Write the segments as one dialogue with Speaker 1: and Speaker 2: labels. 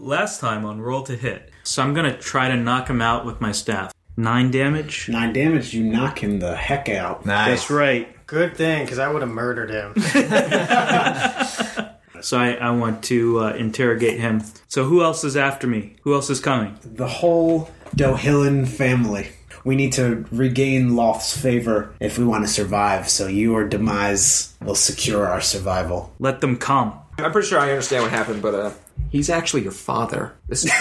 Speaker 1: last time on roll to hit. So I'm going to try to knock him out with my staff. Nine damage.
Speaker 2: Nine damage, you knock him the heck out.
Speaker 1: That's right.
Speaker 3: Good thing, because I would have murdered him.
Speaker 1: So I, I want to uh, interrogate him. So who else is after me? Who else is coming?
Speaker 2: The whole Dohillan family. We need to regain Loth's favor if we want to survive, so your demise will secure our survival.
Speaker 1: Let them come.
Speaker 4: I'm pretty sure I understand what happened, but uh, he's actually your father. This is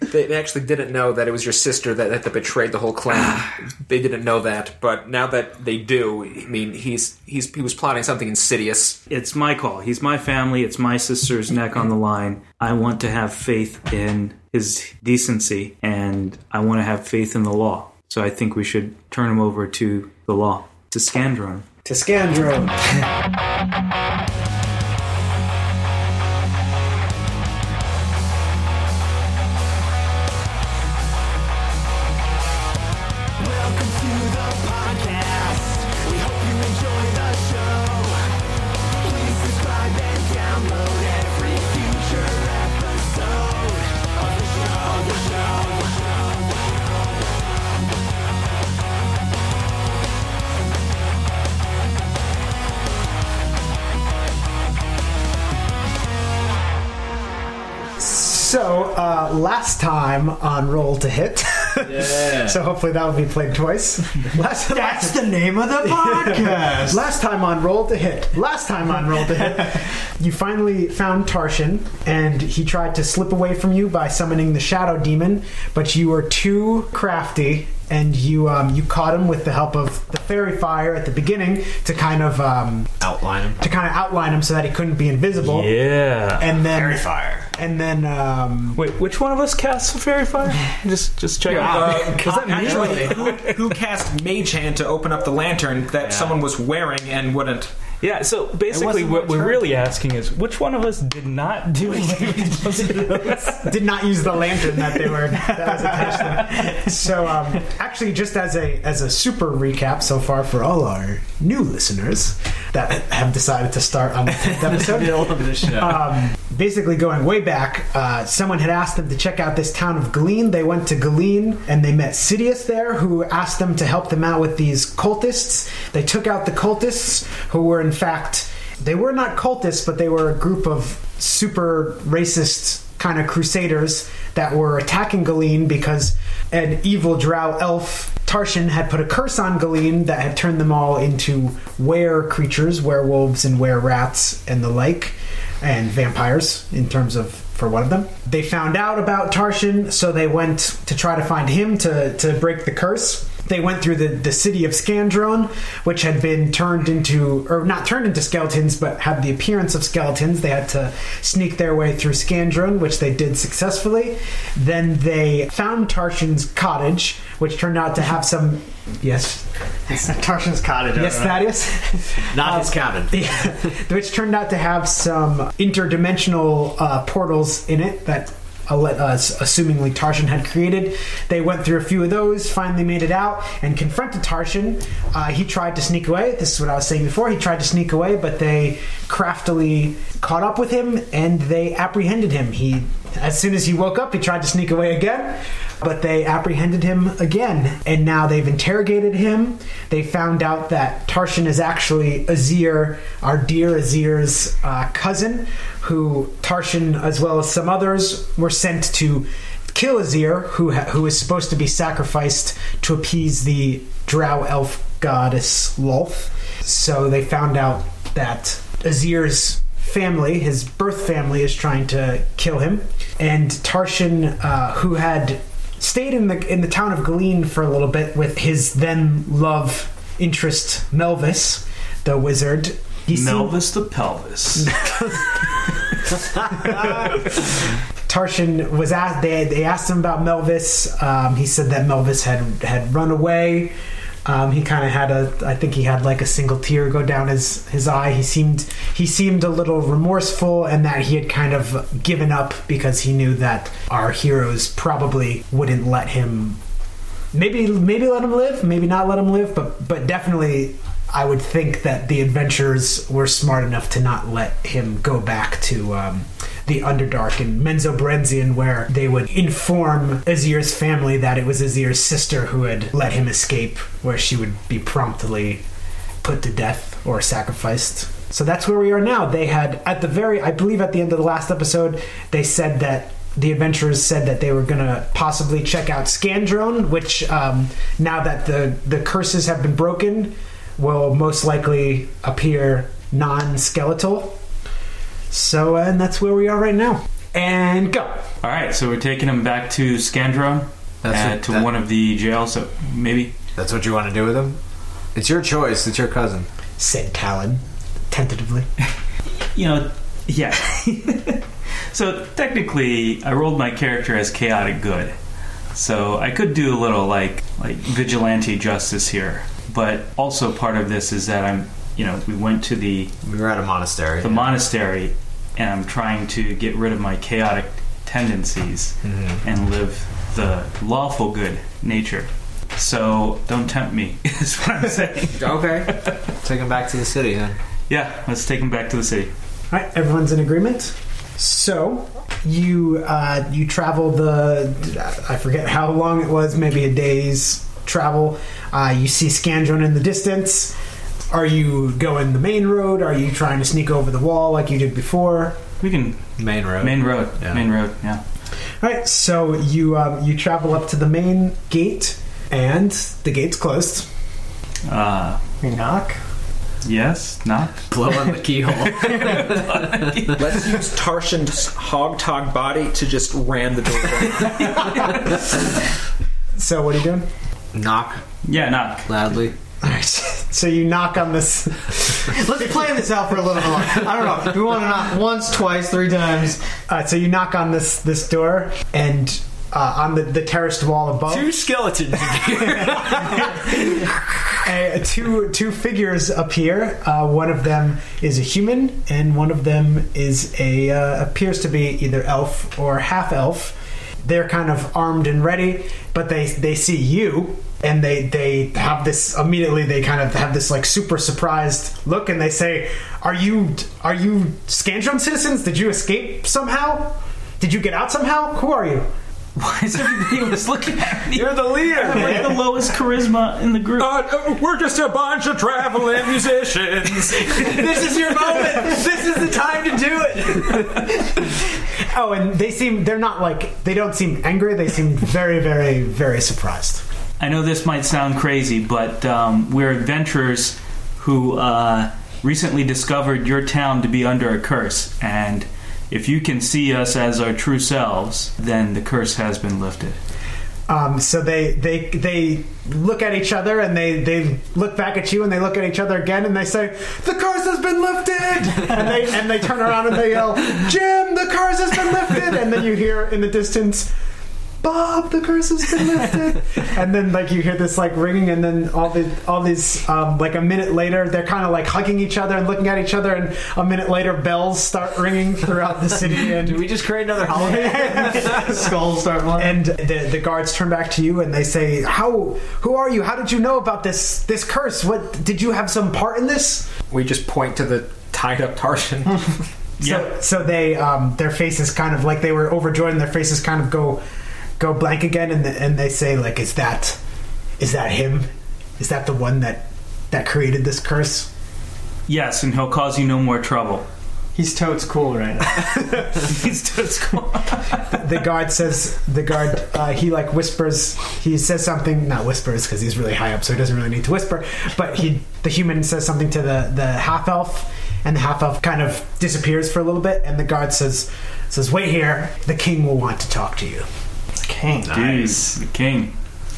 Speaker 4: they, they actually didn't know that it was your sister that, that, betrayed the whole clan. they didn't know that, but now that they do, I mean, he's he's he was plotting something insidious.
Speaker 1: It's my call. He's my family. It's my sister's neck on the line. I want to have faith in his decency, and I want to have faith in the law. So I think we should turn him over to the law, to Scandron.
Speaker 2: To Scandro!
Speaker 5: Welcome to the podcast. We hope you enjoy the show. Please subscribe and download every future episode of the show. The show. The show.
Speaker 3: so, uh, last time on Roll to Hit.
Speaker 6: Yeah.
Speaker 3: So hopefully that will be played twice. Last, That's the name of the podcast. last time on Roll to Hit. Last time on Roll to Hit, you finally found Tarshan, and he tried to slip away from you by summoning the Shadow Demon, but you were too crafty, and you um, you caught him with the help of the Fairy Fire at the beginning to kind of um,
Speaker 6: Outline him.
Speaker 3: to kind of outline him so that he couldn't be invisible.
Speaker 1: Yeah.
Speaker 3: And then
Speaker 6: Fire.
Speaker 3: and then um,
Speaker 1: Wait, which one of us casts a fairy fire? Just, just check out.
Speaker 4: Oh,
Speaker 7: uh,
Speaker 4: actually, who, who cast Mage Hand to open up the lantern that someone was wearing and wouldn't?
Speaker 7: Yeah, so basically,
Speaker 4: wasn't
Speaker 7: what we're
Speaker 4: returned.
Speaker 7: really asking is which one of us did not do what we were supposed to do?
Speaker 3: did not use the lantern that they were that was attached to them. So um, actually, just as a as a super recap so far for all our new listeners that have decided to start on the 10th episode. Um, basically, going way back, uh, someone had asked them to check out this town of Galeen. They went to Galeen and they met Sidious there, who asked them to help them out with these cultists. They took out the cultists, who were in fact they were not cultists, but they were a group of super racist kind of crusaders that were attacking Galeen because an evil drow elf, Tarshan, had put a curse on Galeen that had turned them all into were creatures, werewolves and were rats and the like, and vampires in terms of for one of them. They found out about Tarshan, so they went to try to find him to, to break the curse. They went through the, the city of Scandrone, which had been turned into, or not turned into skeletons, but had the appearance of skeletons. They had to sneak their way through Scandrone, which they did successfully. Then they found Tarshan's cottage, which turned out to have some. Yes.
Speaker 6: Tarshan's cottage.
Speaker 3: Yes, Thaddeus.
Speaker 6: Not his cabin.
Speaker 3: Um, Yeah, which turned out to have some interdimensional uh, portals in it that uh, let- uh, assumingly Tarshan had created. They went through a few of those, finally made it out, and confronted Tarshan. Uh, he tried to sneak away. This is what I was saying before. He tried to sneak away, but they craftily caught up with him and they apprehended him. He, as soon as he woke up, he tried to sneak away again but they apprehended him again and now they've interrogated him they found out that tarshan is actually azir our dear azir's uh, cousin who tarshan as well as some others were sent to kill azir who, ha- who is supposed to be sacrificed to appease the drow elf goddess lolth so they found out that azir's family, his birth family, is trying to kill him. And Tarshan, uh, who had stayed in the in the town of Galeen for a little bit with his then love interest Melvis, the wizard. He seemed-
Speaker 1: Melvis the pelvis.
Speaker 3: Tarshan was asked. They, they asked him about Melvis. Um, he said that Melvis had had run away. Um, he kind of had a. I think he had like a single tear go down his his eye. He seemed he seemed a little remorseful, and that he had kind of given up because he knew that our heroes probably wouldn't let him maybe maybe let him live, maybe not let him live, but but definitely I would think that the adventurers were smart enough to not let him go back to um, the Underdark and Menzobrenzian, where they would inform Azir's family that it was Azir's sister who had let him escape, where she would be promptly put to death or sacrificed. So that's where we are now. They had, at the very, I believe at the end of the last episode, they said that the adventurers said that they were going to possibly check out Scandrone, which um, now that the, the curses have been broken, will most likely appear non skeletal. So, uh, and that's where we are right now. And go.
Speaker 1: All right, so we're taking him back to Scandro,
Speaker 8: That's
Speaker 1: uh,
Speaker 8: what-
Speaker 1: to
Speaker 8: that-
Speaker 1: one of the jails. So maybe
Speaker 8: That's what you want to do with him? It's your choice. It's your cousin.
Speaker 3: Said Talon, tentatively.
Speaker 1: you know, yeah. so technically, I rolled my character as chaotic good, so I could do a little like like vigilante justice here. But also part of this is that I'm, you know, we went to the
Speaker 8: We were at a monastery.
Speaker 1: the monastery, and I'm trying to get rid of my chaotic tendencies
Speaker 8: Mm-hmm.
Speaker 1: and live the lawful good nature. So don't tempt me, is what I'm saying.
Speaker 8: okay. Take him back to the city then.
Speaker 1: yeah, let's take him back to the city.
Speaker 3: All right, everyone's in agreement. So you uh, you travel the I forget how long it was, maybe a day's travel. Uh, you see Scandron in the distance. Are you going the main road? Are you trying to sneak over the wall like you did before?
Speaker 1: We can
Speaker 8: Main road.
Speaker 1: main road,
Speaker 8: Yeah.
Speaker 1: main road. Yeah.
Speaker 3: All right, so you um, you travel up to the main gate, and the gate's closed.
Speaker 1: Uh,
Speaker 7: You knock.
Speaker 1: yes, not
Speaker 8: Blow on the keyhole.
Speaker 4: Let's use Tarshan's hog-tog body to just ram the door down.
Speaker 3: So what are you doing?
Speaker 8: Knock
Speaker 1: Yeah, knock.
Speaker 8: loudly.
Speaker 3: All right, so you knock on this.
Speaker 6: Let's plan this out for a little more. I don't know. Do we want to knock once, twice, three times?
Speaker 3: Uh, so you knock on this this door, and uh, on the, the terraced wall above,
Speaker 8: Two skeletons.
Speaker 3: uh, two two figures appear. Uh, one of them is a human, and one of them is a uh, appears to be either elf or half elf. They're kind of armed and ready, but they they see you, and they they have this immediately. They kind of have this like super surprised look, and they say, "Are you are you Scandrum citizens? Did you escape somehow? Did you get out somehow? Who are you?"
Speaker 1: Why is everybody was looking at me?
Speaker 4: You're the leader.
Speaker 1: I'm like the lowest charisma in the group.
Speaker 4: Uh, we're just a bunch of traveling musicians.
Speaker 3: this is your moment. This is the time to do it. oh, and they seem they're not like they don't seem angry. They seem very, very, very surprised.
Speaker 1: I know this might sound crazy, but um, we're adventurers who uh, recently discovered your town to be under a curse. And if you can see us as our true selves, then the curse has been lifted.
Speaker 3: Um, so they they they look at each other and they they look back at you and they look at each other again and they say, "The curse has been lifted!" and they and they turn around and they yell, "Jim, the curse has been lifted!" And then you hear in the distance. Bob, the curse has been lifted, and then like you hear this like ringing, and then all the all these um, like a minute later, they're kind of like hugging each other and looking at each other, and a minute later, bells start ringing throughout the city, and
Speaker 8: Did we just create another holiday?
Speaker 6: Skulls start flying.
Speaker 3: and the, the guards turn back to you and they say, "How? Who are you? How did you know about this this curse? What did you have some part in this?"
Speaker 4: we just point to the tied-up Tarshan.
Speaker 1: Yeah.
Speaker 3: So, so they um, their faces kind of like they were overjoyed, and their faces kind of go go blank again, and and they say, "Like, is that is that him? Is that the one that that created this curse?"
Speaker 1: Yes, and he'll cause you no more trouble.
Speaker 6: He's totes cool right now.
Speaker 1: He's just cool.
Speaker 3: the guard says the guard uh, he like whispers he says something not whispers because he's really high up so he doesn't really need to whisper but he the human says something to the the half elf and the half elf kind of disappears for a little bit and the guard says says wait here the king will want to talk to you
Speaker 6: King.
Speaker 1: Dude, the king.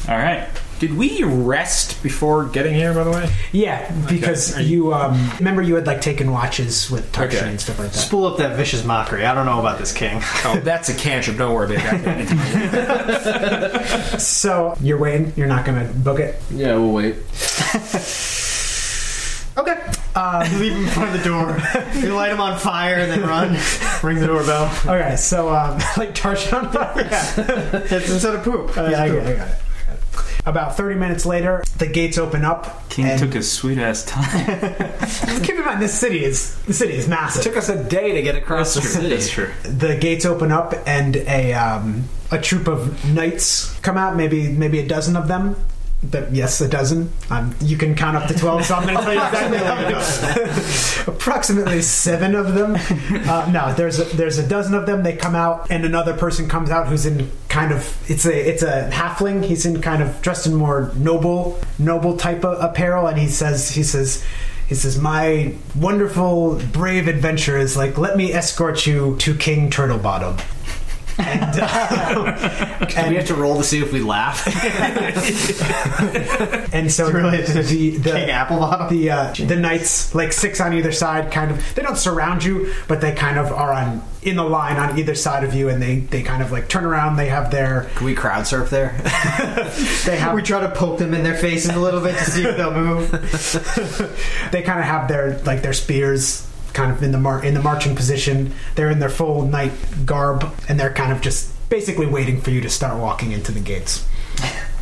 Speaker 1: All right.
Speaker 4: Did we rest before getting here? By the way,
Speaker 3: yeah because
Speaker 4: Are
Speaker 3: you um remember you had like taken watches with Tarsha
Speaker 4: Okay.
Speaker 3: and stuff like that
Speaker 6: Spool up that vicious mockery. I don't know about this king.
Speaker 4: oh, that's a cantrip. Don't worry about that.
Speaker 3: so you're waiting you're not gonna book it
Speaker 8: yeah, we'll wait.
Speaker 3: okay um,
Speaker 6: Uh, Leave him in front of the door. We light him on fire and then run. Ring the doorbell.
Speaker 3: okay so um like Tarsha on fire
Speaker 6: It's instead of poop.
Speaker 3: Uh, yeah, I got it. I got it. About 30 minutes later, the gates open up.
Speaker 1: King
Speaker 3: and
Speaker 1: took his sweet ass time.
Speaker 3: Keep in mind, this city is the city is massive.
Speaker 8: Took us a day to get across the city.
Speaker 1: That's true.
Speaker 3: the gates open up and a um, a troop of knights come out. Maybe maybe a dozen of them. The- yes, a dozen. Um, you can count up to twelve, so I'm going to tell you exactly how many. Approximately seven of them. Uh, no, there's a, there's a dozen of them. They come out, and another person comes out who's in kind of it's a it's a halfling. He's in kind of dressed in more noble noble type of apparel, and he says he says. He says, My wonderful, brave adventure is like, let me escort you to King Turtlebottom. And, uh,
Speaker 2: Do we
Speaker 3: and,
Speaker 2: have to roll to see if we laugh?
Speaker 3: and so
Speaker 6: Really, it's just
Speaker 3: the, the,
Speaker 6: King Applebottom.
Speaker 3: the, uh, the knights, like six on either side, kind of, they don't surround you, but they kind of are on in the line on either side of you, and they, they kind of like turn around. They have their.
Speaker 2: Can we crowd surf there?
Speaker 3: They have
Speaker 6: we try to poke them in their faces a little bit to see if they'll move.
Speaker 3: they kind of have their like their spears kind of in the mar- in the marching position. They're in their full knight garb and they're kind of just basically waiting for you to start walking into the gates.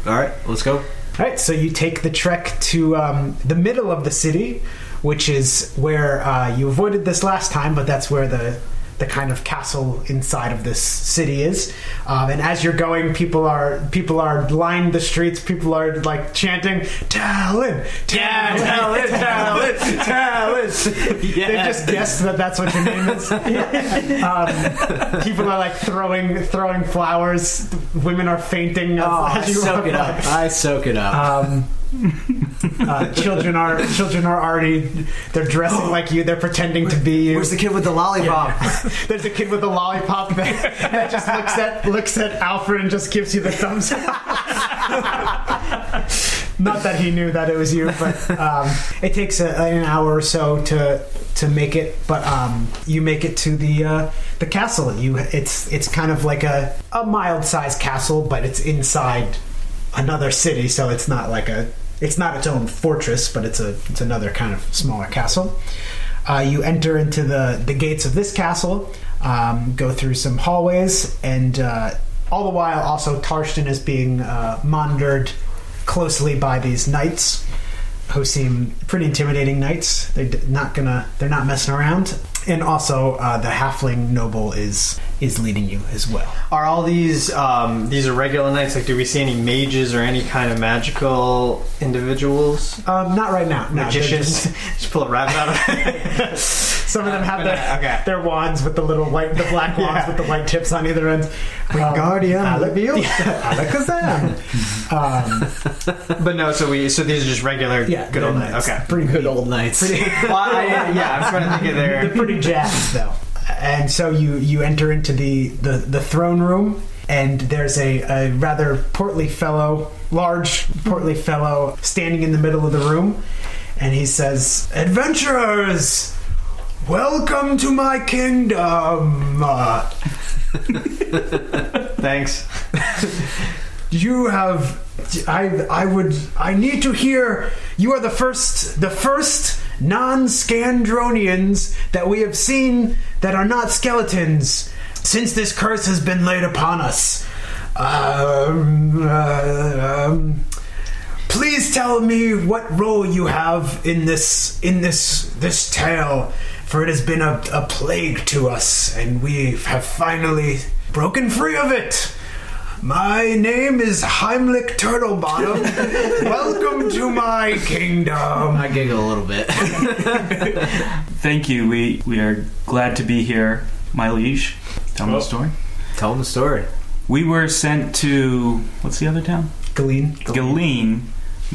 Speaker 8: All right, let's go.
Speaker 3: All right, so you take the trek to um, the middle of the city, which is where uh, you avoided this last time, but that's where the the kind of castle inside of this city is. Um, and as you're going, people are people are lining the streets. People are like chanting "Talon, Talon, Talon, Talon, Talon." They just guessed that that's what your name is. um, people are like throwing throwing flowers. Women are fainting. as-
Speaker 2: Oh, I
Speaker 3: as you
Speaker 2: soak
Speaker 3: walk
Speaker 2: it
Speaker 3: by.
Speaker 2: up. I soak it up.
Speaker 3: Um, uh, children are children are already they're dressing like you. They're pretending to be you.
Speaker 6: Where's the kid with the lollipop?
Speaker 3: There's a kid with a lollipop that, that just looks at looks at Alfred and just gives you the thumbs up. Not that he knew that it was you, but um, it takes a, an hour or so to to make it. But um, you make it to the uh, the castle. You it's it's kind of like a a mild sized castle, but it's inside another city, so it's not like a it's not its own fortress, but it's a it's another kind of smaller castle. Uh, you enter into the the gates of this castle, um, go through some hallways, and uh, all the while also Tarston is being uh, monitored closely by these knights, who seem pretty intimidating knights. They're d- not gonna they're not messing around, and also uh, the halfling noble is is leading you as well.
Speaker 6: Are all these um, these are regular knights? Like, do we see any mages or any kind of magical individuals?
Speaker 3: Um, not right now. No, they're
Speaker 6: Magicians?
Speaker 3: just-
Speaker 6: Just, pull a rabbit out of
Speaker 3: Some of them have their,
Speaker 6: Okay.
Speaker 3: their wands with the little white, the black wands
Speaker 6: Yeah.
Speaker 3: with the white tips on either end. Um,
Speaker 6: Wingardium Leviosa.
Speaker 3: Alakazam. um,
Speaker 6: But no, so we so these are just regular
Speaker 3: yeah,
Speaker 6: good old
Speaker 3: they're
Speaker 6: knights.
Speaker 3: nice.
Speaker 6: Okay.
Speaker 3: Pretty
Speaker 2: Good old nights.
Speaker 6: Well, I, yeah, I'm trying to think of
Speaker 3: They're
Speaker 6: their.
Speaker 3: pretty jazzed though. And so you you enter into the the, the throne room, and there's a, a rather portly fellow, large portly fellow, standing in the middle of the room, and he says, "Adventurers." Welcome to my kingdom. Uh,
Speaker 6: Thanks.
Speaker 3: you have i i would i need to hear you are the first the first non-scandronians that we have seen that are not skeletons since this curse has been laid upon us um, uh, um, please tell me what role you have in this in this this tale for it has been a, a plague to us and we have finally broken free of it my name is Heimlich Turtlebottom. Welcome to my kingdom.
Speaker 2: I giggle a little bit.
Speaker 1: Thank you. We we are glad to be here, my liege. Tell
Speaker 3: Oh.
Speaker 1: me the story.
Speaker 8: Tell them the story.
Speaker 1: We were sent to what's the other town?
Speaker 3: Galeen.
Speaker 1: Galeen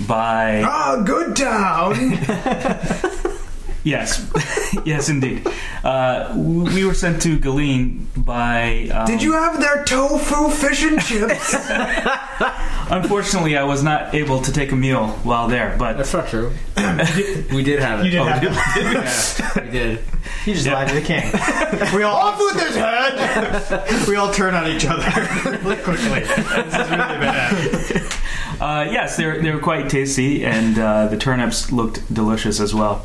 Speaker 1: by
Speaker 3: Ah, good town.
Speaker 1: Yes, yes, indeed. Uh, w- we were sent to Galeen by. Um,
Speaker 3: Did you have their tofu fish and chips?
Speaker 1: um, Unfortunately, I was not able to take a meal while there, but
Speaker 8: That's not true. we did have it.
Speaker 3: You did
Speaker 8: oh,
Speaker 3: have
Speaker 8: did we? Yeah, we did.
Speaker 6: You just lied to the king. We all off with his head. we all turn on each other quickly. This is really bad.
Speaker 1: uh, yes, they were, they were quite tasty, and uh, the turnips looked delicious as well.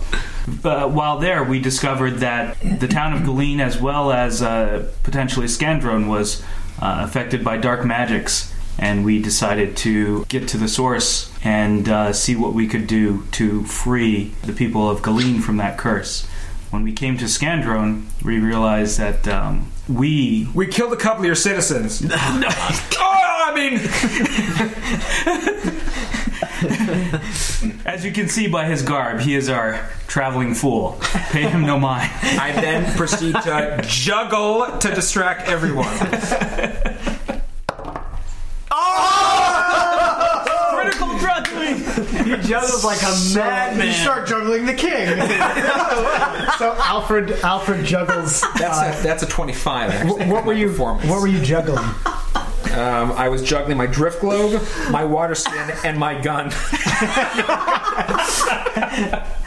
Speaker 1: But while there, we discovered that the town of Galeen, as well as uh, potentially Scandrone, was uh, affected by dark magics and we decided to get to the source and uh, see what we could do to free the people of Galeen from that curse. When we came to Scandrone, we realized that um, we
Speaker 4: We killed a couple of your citizens. oh, I mean,
Speaker 1: As you can see by his garb, he is our traveling fool. Pay him no mind.
Speaker 4: I then proceed to juggle to distract everyone.
Speaker 7: Critical juggling.
Speaker 6: He juggles like a
Speaker 3: You
Speaker 6: madman.
Speaker 3: start juggling the king. so Alfred, Alfred juggles. uh,
Speaker 4: That's a, that's a 25, actually.
Speaker 3: Wh- what were you?
Speaker 4: Performance.
Speaker 3: What were you juggling?
Speaker 4: Um, I was juggling my drift globe, my water skin, and my gun.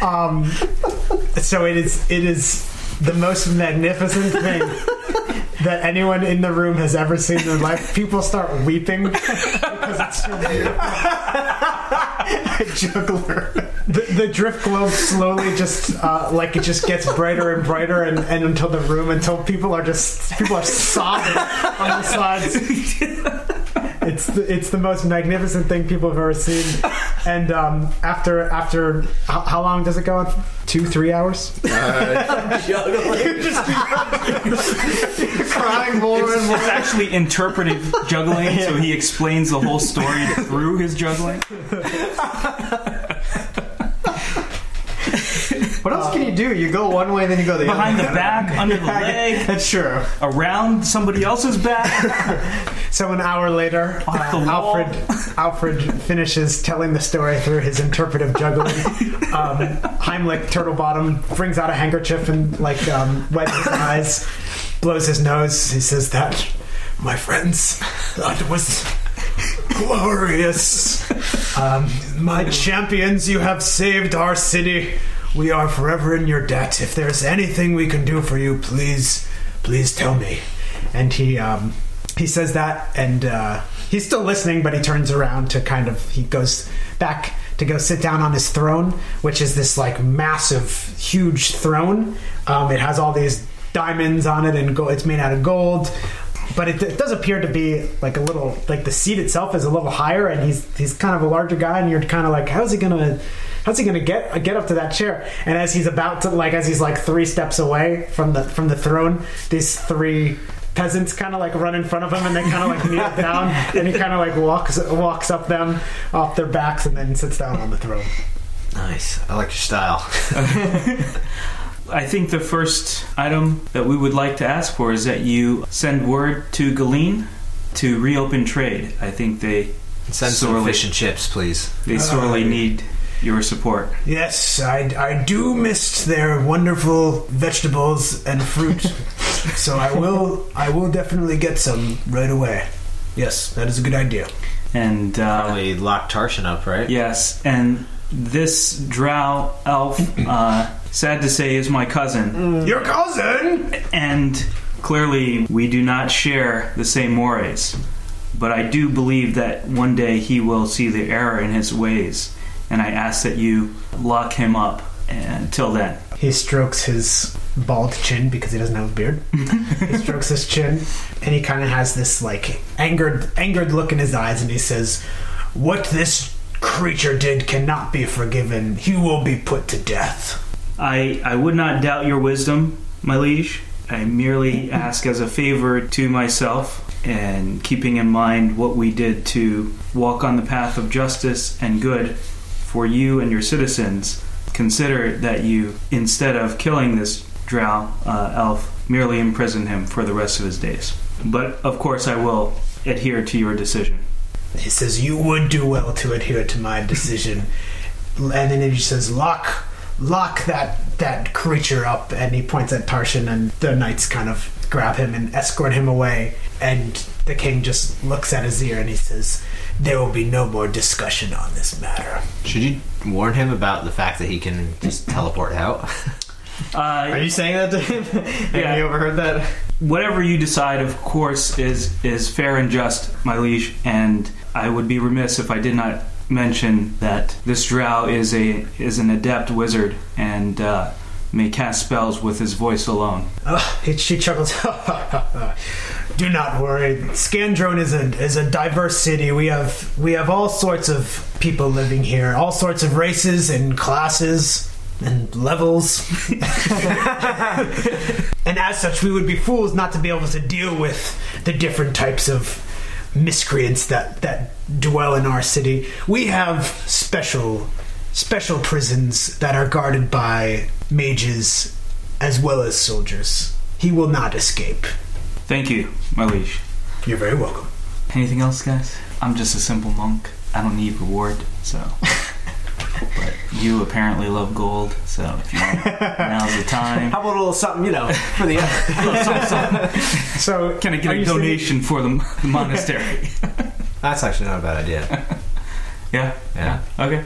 Speaker 3: Um, so it is. It is the most magnificent thing that anyone in the room has ever seen in their life. People start weeping because it's so beautiful.
Speaker 6: juggler.
Speaker 3: The, the drift globe slowly just uh, like it just gets brighter and brighter, and, and until the room until people are just people are sobbing on the sides. It's the, it's the most magnificent thing people have ever seen. And um, after after how, how long does it go on? Two three hours.
Speaker 6: Uh, Crying more and more.
Speaker 1: It's actually interpretive juggling, so he explains the whole story through his juggling.
Speaker 6: What else can you do? You go one way, then you go the
Speaker 1: Behind the
Speaker 6: other.
Speaker 1: back, under the leg,
Speaker 6: That's true.
Speaker 1: around somebody else's back.
Speaker 3: So an hour later, uh,
Speaker 1: the wall.
Speaker 3: Alfred Alfred finishes telling the story through his interpretive juggling. Um, Heimlich Turtlebottom brings out a handkerchief and like um, wets his eyes, blows his nose. He says that, my friends, that was glorious. Um, my champions, you have saved our city. We are forever in your debt. If there's anything we can do for you, please, please tell me. And he um, he says that, and uh, he's still listening, but he turns around to kind of he goes back to go sit down on his throne, which is this like massive, huge throne. Um, it has all these diamonds on it, and gold, it's made out of gold but it, it does appear to be like a little like the seat itself is a little higher and he's he's kind of a larger guy and you're kind of like how's he gonna how's he gonna get get up to that chair and as he's about to like as he's like three steps away from the from the throne these three peasants kind of like run in front of him and they kind of like kneel down and he kind of like walks walks up them off their backs and then sits down on the throne
Speaker 6: Nice. I like your style.
Speaker 1: I think the first item that we would like to ask for is that you send word to Galeen to reopen trade. I think they
Speaker 8: Send some
Speaker 1: Sorely.
Speaker 8: fish and chips, please.
Speaker 1: they sorely
Speaker 6: Uh,
Speaker 1: need your support.
Speaker 3: Yes, I, I do miss their wonderful vegetables and fruit. so I will I will definitely get some right away. Yes, that is a good idea.
Speaker 1: And uh,
Speaker 8: Probably lock Tarshan up, right?
Speaker 1: Yes, and this drow elf, uh, sad to say, is my cousin.
Speaker 3: Your cousin?
Speaker 1: And clearly, we do not share the same mores. But I do believe that one day he will see the error in his ways. And I ask that you lock him up until then.
Speaker 3: He strokes his bald chin because he doesn't have a beard. he strokes his chin and he kind of has this like angered angered look in his eyes and he says, "What this creature did cannot be forgiven. He will be put to death."
Speaker 1: I, I would not doubt your wisdom, my liege. I merely ask as a favor to myself and keeping in mind what we did to walk on the path of justice and good for you and your citizens. Consider that you, instead of killing this drow uh, elf, merely imprison him for the rest of his days. But of course, I will adhere to your decision.
Speaker 3: He says, You would do well to adhere to my decision. and then he says, Lock lock that that creature up and he points at Tarshan and the knights kind of grab him and escort him away and the king just looks at his ear and he says, There will be no more discussion on this matter.
Speaker 8: Should you warn him about the fact that he can just teleport out?
Speaker 1: Uh,
Speaker 6: Are you saying that to him? Have
Speaker 1: Yeah.
Speaker 6: you overheard that?
Speaker 1: whatever you decide, of course, is is fair and just, my liege. And I would be remiss if I did not mention that this drow is a is an adept wizard, and uh, may cast spells with his voice alone.
Speaker 3: Uh, it, she chuckles. Do not worry. Scandrone is a is a diverse city. We have we have all sorts of people living here, all sorts of races and classes and levels. and as such, we would be fools not to be able to deal with the different types of miscreants that that dwell in our city. We have special special prisons that are guarded by mages as well as soldiers. He will not escape.
Speaker 1: Thank you, my liege.
Speaker 3: You're very welcome.
Speaker 1: Anything else, guys? I'm just a simple monk. I don't need reward, so. but you apparently love gold, so if you want, now's the time.
Speaker 9: How about a little something, you know, for the
Speaker 3: So
Speaker 1: Can I
Speaker 3: Are
Speaker 1: get a
Speaker 3: you saying-
Speaker 1: donation for the, the monastery?
Speaker 10: That's actually not a bad idea.
Speaker 1: yeah.
Speaker 10: Yeah.
Speaker 1: Okay.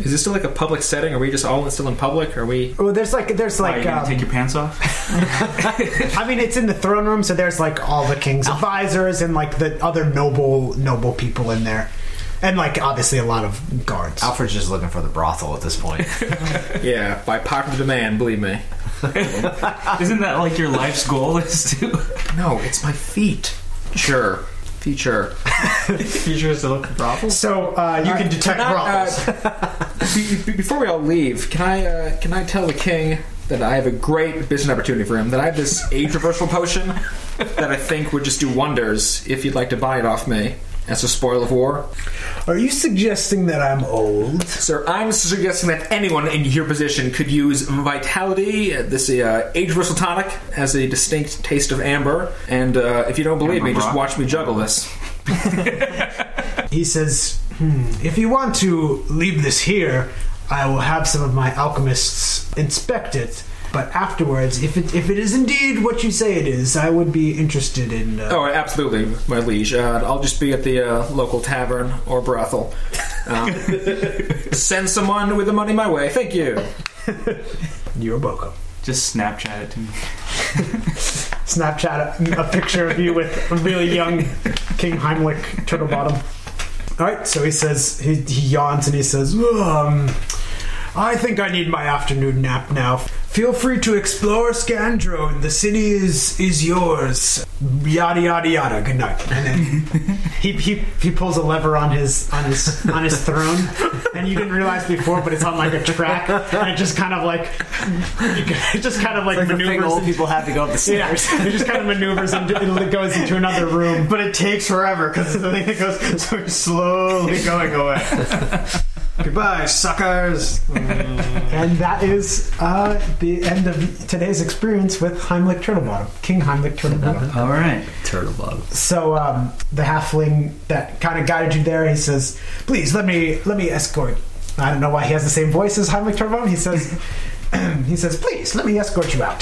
Speaker 7: Is this still like a public setting? Are we just all still in public? Are we?
Speaker 3: well, Oh, there's like there's
Speaker 1: Like, Are you
Speaker 3: like
Speaker 1: gonna
Speaker 3: um,
Speaker 1: take your pants off?
Speaker 3: I mean it's in the throne room, so there's like all the
Speaker 1: Oh.
Speaker 3: king's advisors and like the other noble noble people in there, and like obviously a lot of guards.
Speaker 1: Oh.
Speaker 10: Alfred's just looking for the brothel at this point.
Speaker 7: Yeah, by popular demand, believe me.
Speaker 1: Isn't that like your life's goal is to?
Speaker 7: No, it's my feet. Sure. Feature.
Speaker 8: Future is to look at brothels.
Speaker 3: So uh, you can detect brothels.
Speaker 7: uh, be- be- before we all leave, can I uh, can I tell the king that I have a great business opportunity for him? That I have this age reversal potion that I think would just do wonders. If you'd like to buy it off me as a spoil of war,
Speaker 3: Are you suggesting that I'm old?
Speaker 7: sir, I'm suggesting that anyone in your position could use vitality, uh, this uh, age reversal tonic, has a distinct taste of amber. And uh, if you don't believe me,
Speaker 1: Amber
Speaker 7: just
Speaker 1: rock?
Speaker 7: watch me juggle this.
Speaker 3: He says, hmm, if you want to leave this here, I will have some of my alchemists inspect it. But afterwards, if it, if it is indeed what you say it is, I would be interested in. Uh,
Speaker 7: Oh, absolutely, my liege. Uh, I'll just be at the uh, local tavern or brothel. Um, send someone with the money my way. Thank you.
Speaker 3: You're welcome.
Speaker 1: Just Snapchat it to me.
Speaker 3: Snapchat a, a picture of you with a really young King Heimlich Turtlebottom. All right, so he says he, he yawns and he says, um, "I think I need my afternoon nap now. Feel free to explore Scandrone. The city is is yours. Yada yada yada. Good night." And then he, he he pulls a lever on his on his on his throne, and you didn't realize before, but it's on like a track, and it just kind of like it just kind of like,
Speaker 9: like the
Speaker 3: maneuvers
Speaker 9: thing old
Speaker 3: into-
Speaker 9: people have to go up the
Speaker 3: yeah,
Speaker 9: stairs.
Speaker 3: it just kind of maneuvers and it goes into another room.
Speaker 8: But it takes forever because the thing that goes so we're slowly going away. Goodbye, suckers.
Speaker 3: And that is uh, the end of today's experience with Heimlich Turtlebottom, King Heimlich Turtlebottom.
Speaker 1: All right.
Speaker 10: Turtle bug.
Speaker 3: So um, the halfling that kind of guided you there, he says, "Please let me let me escort." I don't know why he has the same voice as Heimlich Turtlebottom. He says. He says, "Please let me escort you out."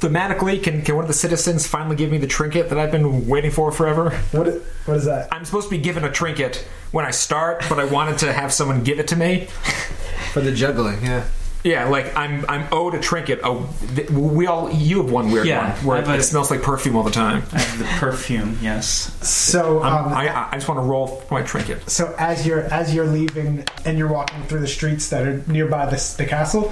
Speaker 7: Thematically, can, can one of the citizens finally give me the trinket that I've been waiting for forever?
Speaker 3: What? i- What is that?
Speaker 7: I'm supposed to be given a trinket when I start, but I wanted to have someone give it to me.
Speaker 10: For the juggling, yeah.
Speaker 7: Yeah, like I'm I'm owed a trinket. Oh, th- we all you have one weird
Speaker 1: Yeah,
Speaker 7: one where
Speaker 1: I
Speaker 7: it,
Speaker 1: have a-
Speaker 7: smells like perfume all the time.
Speaker 1: I have the perfume. Yes.
Speaker 3: So
Speaker 7: I'm-
Speaker 3: um,
Speaker 7: I, I- I just want to roll for my trinket.
Speaker 3: So as you're as you're leaving and you're walking through the streets that are nearby this the castle,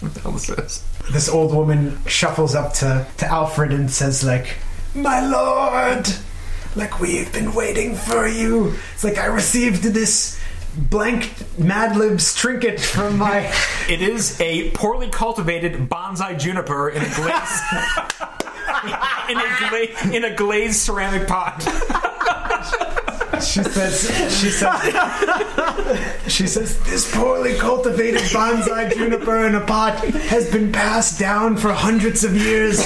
Speaker 7: What the hell is this?
Speaker 3: this old woman shuffles up to, to Alfred and says like, "My lord, like we've been waiting for you. It's like I received this blank Mad Libs trinket from my
Speaker 7: It is a poorly cultivated bonsai juniper in a glaze in a gla- in a glazed ceramic pot.
Speaker 3: She says, she says, she says, this poorly cultivated bonsai juniper in a pot has been passed down for hundreds of years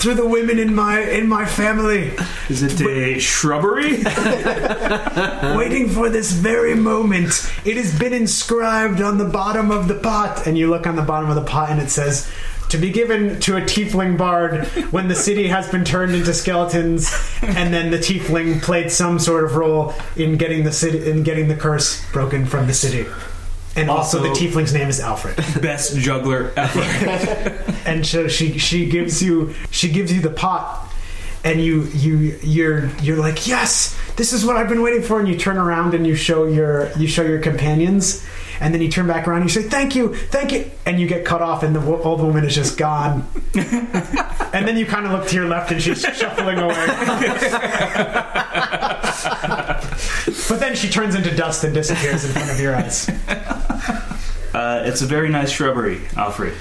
Speaker 3: through the women in my in my family,
Speaker 1: Is it a shrubbery?
Speaker 3: waiting for this very moment. It has been inscribed on the bottom of the pot, and you look on the bottom of the pot, and it says. To be given to a tiefling bard when the city has been turned into skeletons, and then the tiefling played some sort of role in getting the city in getting the curse broken from the city. And also, the
Speaker 1: Also-
Speaker 3: tiefling's name is Alfred.
Speaker 1: Best juggler ever.
Speaker 3: and so she she gives you she gives you the pot, and you you you're you're like yes, this is what I've been waiting for. And you turn around and you show your you show your companions, and then you turn back around and you say thank you, thank you, and you get cut off, and the wo- old woman is just gone. and then you kind of look to your left, and she's shuffling away. but then she turns into dust and disappears in front of your eyes.
Speaker 1: Uh, it's a very nice shrubbery, Alfred.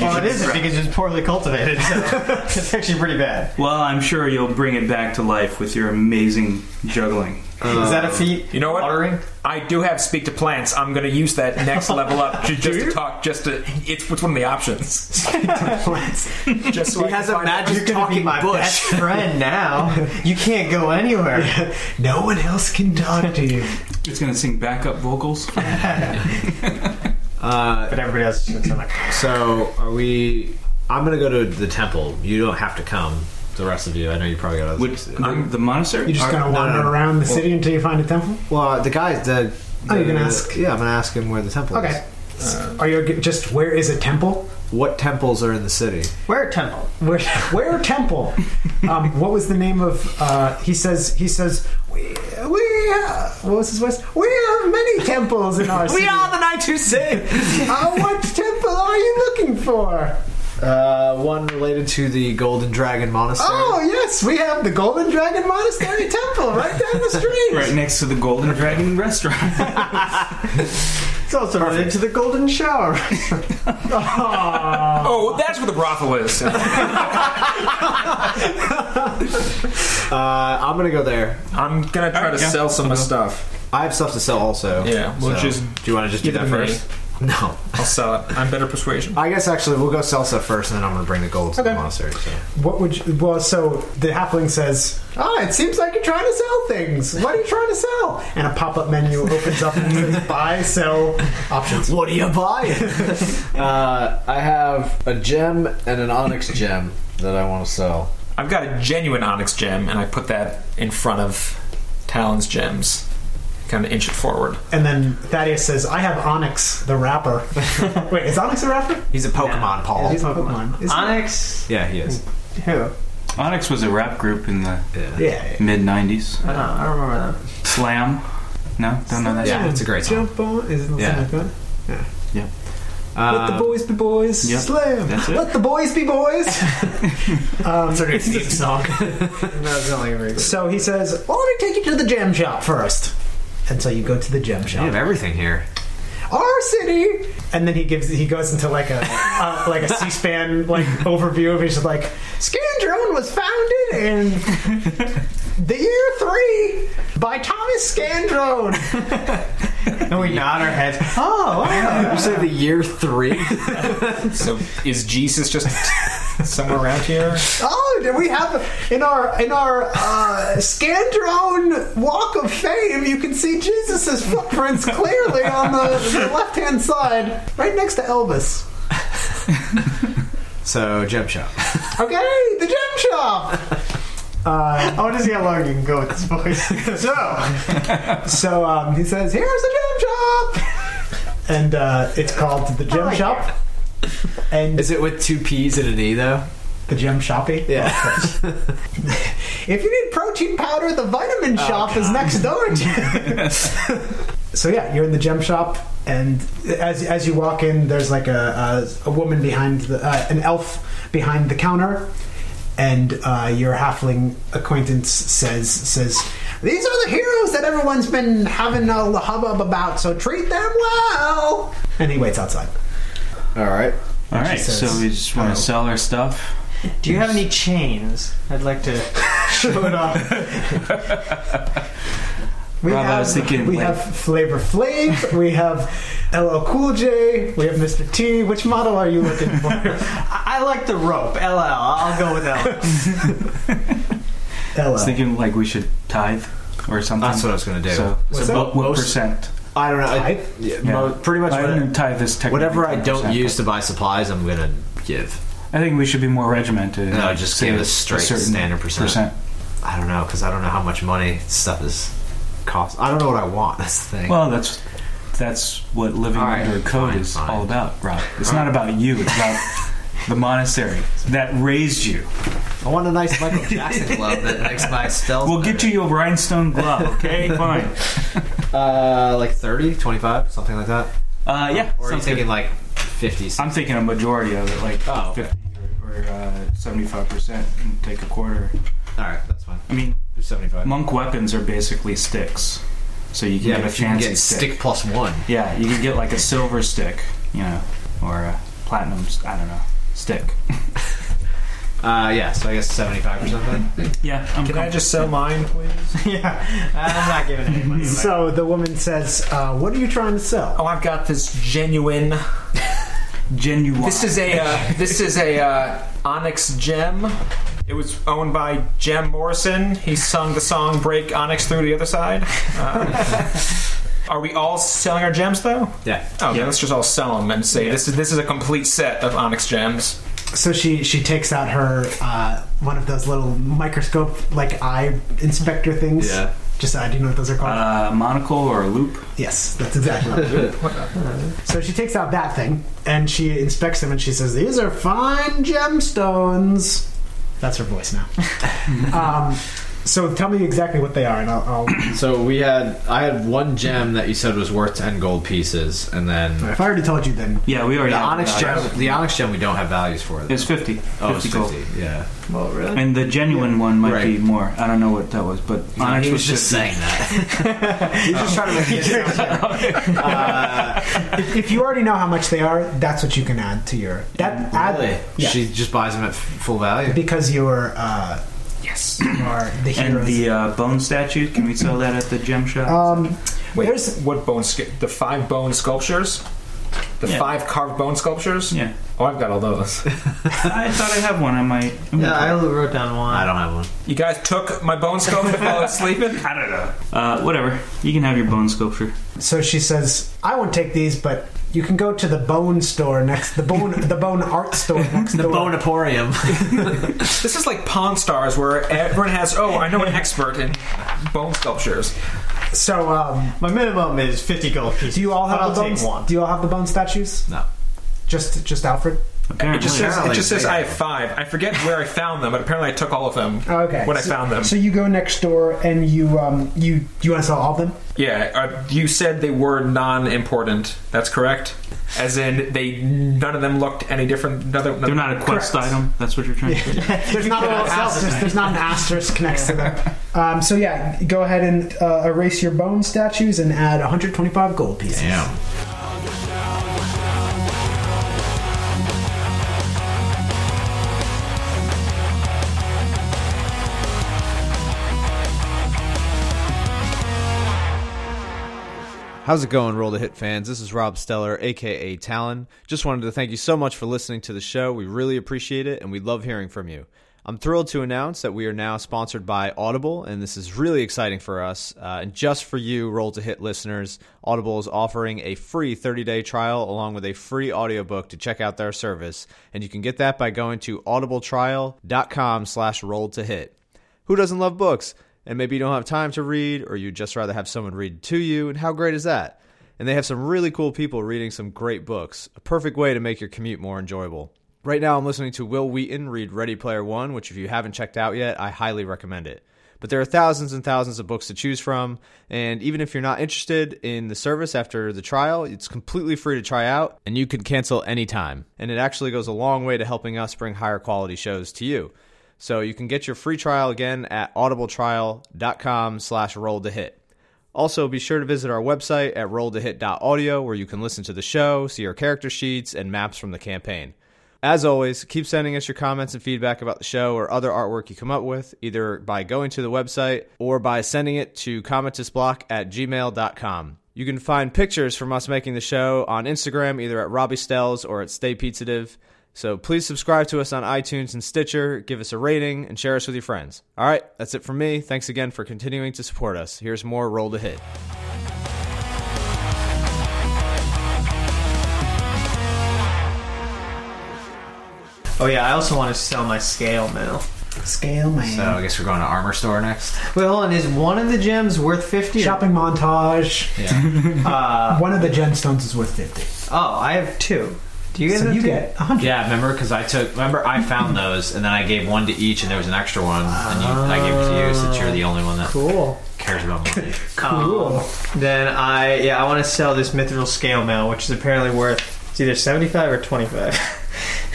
Speaker 6: Well, it isn't because it's poorly cultivated. So it's actually pretty bad.
Speaker 1: Well, I'm sure you'll bring it back to life with your amazing juggling.
Speaker 6: Is
Speaker 10: Um,
Speaker 6: that a feat?
Speaker 4: You know what?
Speaker 6: Watering?
Speaker 4: I do have speak to plants. I'm going to use that next level up just to talk. Just to it's, it's one of the options. Just so
Speaker 6: He
Speaker 4: I can
Speaker 6: has a
Speaker 4: find-
Speaker 6: magic talking my
Speaker 8: bush.
Speaker 6: best friend now. You can't go anywhere.
Speaker 3: No one else can talk to you.
Speaker 1: It's going to sing backup vocals.
Speaker 8: Uh,
Speaker 6: But everybody else is just like,
Speaker 8: so are we? I'm gonna go to the temple. You don't have to come. The rest of you, I know you probably got other
Speaker 1: Which,
Speaker 8: things to do.
Speaker 1: the, the monastery?
Speaker 3: You're just
Speaker 8: no,
Speaker 3: gonna wander
Speaker 8: no.
Speaker 3: around the city until you find a temple.
Speaker 8: Well, the guy's the.
Speaker 3: Oh, you're gonna
Speaker 8: the-
Speaker 3: ask?
Speaker 8: Yeah, I'm gonna ask him where the temple is.
Speaker 3: Okay. Are you g- just where is a temple?
Speaker 8: What temples are in the city?
Speaker 6: Where temple?
Speaker 3: Where, where temple? Um, what was the name of? Uh, he says. He says. We, we have, what was his voice? We have many temples in our city.
Speaker 8: the knights who save.
Speaker 3: Uh, what temple are you looking for?
Speaker 8: Uh, one related to the Golden Dragon Monastery.
Speaker 3: Oh yes, we have the Golden Dragon Monastery Temple right down the street.
Speaker 1: Right next to the Golden Dragon restaurant.
Speaker 6: It's also related to the golden shower.
Speaker 4: Oh, that's where the brothel is.
Speaker 8: Uh, I'm gonna go there.
Speaker 4: I'm gonna try to
Speaker 1: yeah.
Speaker 4: sell some of my stuff.
Speaker 8: I have stuff to sell also.
Speaker 4: Yeah, we'll just
Speaker 8: Do you want to just do
Speaker 4: give
Speaker 8: that
Speaker 4: it to me.
Speaker 8: first? No.
Speaker 4: I'll sell it. I'm better persuasion.
Speaker 8: I guess actually we'll go sell stuff first, and then I'm gonna bring the gold to the
Speaker 3: Okay.
Speaker 8: monastery. So.
Speaker 3: What would you, well? So the halfling says, "Ah, it seems like you're trying to sell things. What are you trying to sell?" And a pop-up menu opens up and says, "Buy, sell, options."
Speaker 8: What are you buying? uh, I have a gem and an onyx gem that I want to sell.
Speaker 4: I've got a genuine onyx gem, and I put that in front of Talon's gems. Kind of inch it forward.
Speaker 3: And then Thaddeus says, "I have Onyx, the rapper." Wait, is Onyx a rapper?
Speaker 8: He's a Pokemon, Paul.
Speaker 3: He's a Pokemon. Is he?
Speaker 6: Onyx.
Speaker 8: Yeah, he is.
Speaker 6: Who?
Speaker 1: Onyx was a rap group in the
Speaker 8: Yeah,
Speaker 3: Yeah.
Speaker 1: mid 90s.
Speaker 6: I don't, I don't remember that.
Speaker 1: Slam. No, don't know that.
Speaker 8: Yeah, it's a great song.
Speaker 3: Jump on. Is it something
Speaker 8: Yeah.
Speaker 3: like that? Let the
Speaker 8: Um,
Speaker 3: boys be boys.
Speaker 1: Uh, Yep.
Speaker 3: Slam.
Speaker 1: That's it.
Speaker 3: Let the boys be boys. um, sort of theme song.
Speaker 6: No, it's not like a very good.
Speaker 3: So he says, well, let me take you to the gem shop first. And so you go to the gem
Speaker 8: they have
Speaker 3: shop.
Speaker 8: everything here.
Speaker 3: Our city. And then he gives he goes into like a uh, like a C-SPAN like overview of it. He's just like Scandrone was founded in the year three by Thomas Scandrone.
Speaker 6: And we nod our heads. Oh, wow.
Speaker 8: You said the year three.
Speaker 4: So is Jesus just somewhere around here?
Speaker 3: Oh, did we have in our in our uh, Scandrone Walk of Fame? You can see Jesus' footprints clearly on the, the left hand side, right next to Elvis.
Speaker 8: so gem shop.
Speaker 3: Okay, the gem shop. Uh,
Speaker 6: I want to see how long you can go with this voice. so,
Speaker 3: so um, he says, "Here's the gem shop," and uh, it's called the gem
Speaker 6: Oh,
Speaker 3: shop. And
Speaker 8: Is it with two P's and an E though?
Speaker 3: the gem shoppy.
Speaker 8: Yeah.
Speaker 3: If you need protein powder, the vitamin shop is next door to so yeah, you're in the gem shop, and as as you walk in, there's like a a, a woman behind the uh, an elf behind the counter, and uh, your halfling acquaintance says says. These are the heroes that everyone's been having all the hubbub about, so treat them well. And he waits outside.
Speaker 8: All right.
Speaker 1: All right,
Speaker 3: says,
Speaker 1: so we just want
Speaker 3: oh.
Speaker 1: to sell our stuff.
Speaker 6: do you have any chains? I'd like to show it off.
Speaker 3: We
Speaker 1: Rob, I was thinking,
Speaker 3: we
Speaker 1: like-
Speaker 3: have Flavor Flav, we have LL Cool J, we have Mr. T. Which model are you looking for?
Speaker 6: I I like the rope. LL. I'll go with LL.
Speaker 1: I was
Speaker 3: LL.
Speaker 1: thinking like we should tithe or something.
Speaker 8: That's what I was gonna do.
Speaker 1: So,
Speaker 3: What's
Speaker 1: so
Speaker 3: that?
Speaker 1: what, what
Speaker 8: Most-
Speaker 1: percent?
Speaker 8: I don't know. I,
Speaker 3: Tithe?
Speaker 8: yeah,
Speaker 1: Yeah.
Speaker 8: mo- pretty much
Speaker 1: I
Speaker 8: what-
Speaker 1: don't tithe is technically
Speaker 8: whatever I don't
Speaker 1: 10%.
Speaker 8: use to buy supplies, I'm gonna give.
Speaker 1: I think we should be more regimented. and,
Speaker 8: No,
Speaker 1: like,
Speaker 8: just
Speaker 1: say
Speaker 8: give
Speaker 1: a
Speaker 8: us straight
Speaker 1: certain
Speaker 8: standard percent. I don't know because I don't know how much money stuff is cost. I don't know what I want. That's the thing.
Speaker 1: Well, that's that's what living
Speaker 8: All right,
Speaker 1: under a code
Speaker 8: fine,
Speaker 1: is
Speaker 8: fine.
Speaker 1: all about, Rob. It's not about you. It's about the monastery that raised you.
Speaker 8: I want a nice Michael Jackson glove that makes my stealth.
Speaker 1: We'll get you your rhinestone glove. Okay, fine.
Speaker 11: Uh, like 30, 25, something like that.
Speaker 1: Uh, yeah.
Speaker 11: Or are you
Speaker 1: sounds good.
Speaker 11: thinking like 50?
Speaker 1: I'm thinking a majority of it, like
Speaker 11: Oh, okay.
Speaker 1: 50 or, or uh, 75%, and take a quarter.
Speaker 11: All right, that's fine.
Speaker 1: I mean,
Speaker 11: 75.
Speaker 1: monk weapons are basically sticks, so you can
Speaker 11: yeah,
Speaker 1: get a
Speaker 11: but you can
Speaker 1: fancy
Speaker 11: get
Speaker 1: stick.
Speaker 11: stick plus one.
Speaker 1: Yeah, you can get like a silver stick, you know, or a platinum. s- I don't know. Stick.
Speaker 11: Uh, yeah, so I guess 75 or something.
Speaker 1: Yeah, I'm
Speaker 7: Can I
Speaker 1: com-
Speaker 7: just sell mine, please?
Speaker 6: yeah, I'm not giving any money. away.
Speaker 3: So the woman says, uh, "What are you trying to sell?"
Speaker 7: Oh, I've got this genuine.
Speaker 1: genuine.
Speaker 7: This is a uh, this is a uh, Onyx gem. It was owned by Jem Morrison. He sung the song "Break Onyx Through to the Other Side." Uh, are we all selling our gems though?
Speaker 11: yeah.
Speaker 7: Okay, let's just all sell them and say this is this is a complete set of Onyx gems.
Speaker 3: So she she takes out her uh, one of those little microscope like eye inspector things.
Speaker 11: Yeah.
Speaker 3: Just I do you know what those are called.
Speaker 1: uh, monocle or a loop.
Speaker 3: Yes, that's exactly what I'm doing. So she takes out that thing and she inspects them and she says, These are fine gemstones. That's her voice now. um, so tell me exactly what they are and I'll. I'll
Speaker 11: So we had, I had one gem that you said was worth 10 gold pieces, and then
Speaker 3: if I already told you, then.
Speaker 1: Yeah, we already
Speaker 11: the
Speaker 1: have
Speaker 11: onyx
Speaker 1: that.
Speaker 11: gem, the onyx gem we don't have values for.
Speaker 1: It's 50. 50
Speaker 11: oh, it's
Speaker 1: gold.
Speaker 11: 50, yeah.
Speaker 6: Well, really?
Speaker 1: And the genuine one might
Speaker 11: Right.
Speaker 1: be more. I don't know what that was, but onyx
Speaker 11: he
Speaker 1: was
Speaker 11: was
Speaker 1: just
Speaker 11: just saying that. He's just trying to make it
Speaker 1: Oh.
Speaker 11: Uh,
Speaker 3: If, if you already know how much they are, that's what you can add to your. That add, Yeah,
Speaker 11: She just buys them at f- full value.
Speaker 3: because you're. Uh, yes. You are the
Speaker 1: And
Speaker 3: heroes.
Speaker 1: the uh, bone statue, can we sell that at the gem shop?
Speaker 3: um,
Speaker 7: Wait,
Speaker 3: There's-
Speaker 7: what bone? sca- The five bone sculptures. The
Speaker 1: Yeah.
Speaker 7: five carved bone sculptures.
Speaker 1: yeah.
Speaker 7: Oh, I've got all those.
Speaker 1: I thought I have one. I might.
Speaker 6: Yeah, I only wrote down one.
Speaker 11: I don't have one.
Speaker 7: you guys took my bone sculpture while I was sleeping.
Speaker 1: I don't know. Uh, whatever. You can have your bone sculpture.
Speaker 3: So she says, "I won't take these, but you can go to the bone store next, the bone, the bone art store next
Speaker 11: The
Speaker 3: door."
Speaker 11: Bonaporium.
Speaker 7: This is like Pawn Stars, where everyone has, oh, I know an expert in bone sculptures.
Speaker 3: So, um,
Speaker 6: My minimum is 50 gold pieces.
Speaker 3: do you all have
Speaker 6: but I'll
Speaker 3: the bones?
Speaker 6: Take one.
Speaker 3: Do you all have the bone statues?
Speaker 11: No.
Speaker 3: Just, just Alfred.
Speaker 1: Apparently.
Speaker 7: It just says, it
Speaker 11: Apparently
Speaker 7: just says
Speaker 11: they-
Speaker 7: I have five. I forget where I found them, but apparently I took all of them
Speaker 3: Okay.
Speaker 7: when I
Speaker 3: so,
Speaker 7: found them.
Speaker 3: So you go next door and you, um, you, you want to sell all of them?
Speaker 7: Yeah, uh, you said they were non-important. That's correct. As in, they none of them looked any different. None of,
Speaker 1: They're not a quest item. That's what you're trying to say.
Speaker 3: There's not a little asterisk. There's not an asterisk next to them. Um, so yeah, go ahead and uh, erase your bone statues and add 125 gold pieces.
Speaker 11: Damn. How's it going, Roll to Hit fans? This is Rob Steller, aka Talon. Just wanted to thank you so much for listening to the show. We really appreciate it, and we love hearing from you. I'm thrilled to announce that we are now sponsored by Audible, and this is really exciting for us. Uh, and just for you, Roll to Hit listeners, Audible is offering a free 30 day trial along with a free audiobook to check out their service. And you can get that by going to audibletrial.com slash roll to hit. Who doesn't love books? And maybe you don't have time to read, or you'd just rather have someone read to you, and how great is that? And they have some really cool people reading some great books, a perfect way to make your commute more enjoyable. Right now, I'm listening to Will Wheaton read Ready Player One, which if you haven't checked out yet, I highly recommend it. But there are thousands and thousands of books to choose from, and even if you're not interested in the service after the trial, it's completely free to try out, and you can cancel anytime. And it actually goes a long way to helping us bring higher quality shows to you. So you can get your free trial again at audibletrial.com slash roll to hit. Also, be sure to visit our website at rolltohit.audio where you can listen to the show, see our character sheets, and maps from the campaign. As always, keep sending us your comments and feedback about the show or other artwork you come up with, either by going to the website or by sending it to commentusblock at gmail.com. You can find pictures from us making the show on Instagram, either at Robbie Stells or at Stay Pizzative. So please subscribe to us on iTunes and Stitcher, give us a rating, and share us with your friends. All right, that's it from me. Thanks again for continuing to support us. Here's more Roll to Hit.
Speaker 6: Oh yeah, I also want to sell my scale now.
Speaker 3: Scale man.
Speaker 11: Oh, I guess we're going to Armor Store next.
Speaker 6: Well, and is one of the gems worth fifty?
Speaker 3: Shopping montage. One of the gemstones is worth 50.
Speaker 6: Oh, I have two. Do you guys?
Speaker 3: So
Speaker 6: have
Speaker 3: you
Speaker 6: two?
Speaker 3: get 100.
Speaker 11: Yeah, remember? Because I took, remember, I found those and then I gave one to each and there was an extra one and, you, and I gave it to you since you're the only one that
Speaker 6: Cool.
Speaker 12: cares about money.
Speaker 6: Cool. then I yeah I want to sell this mithril scale mail, which is apparently worth it's either seventy five or twenty five.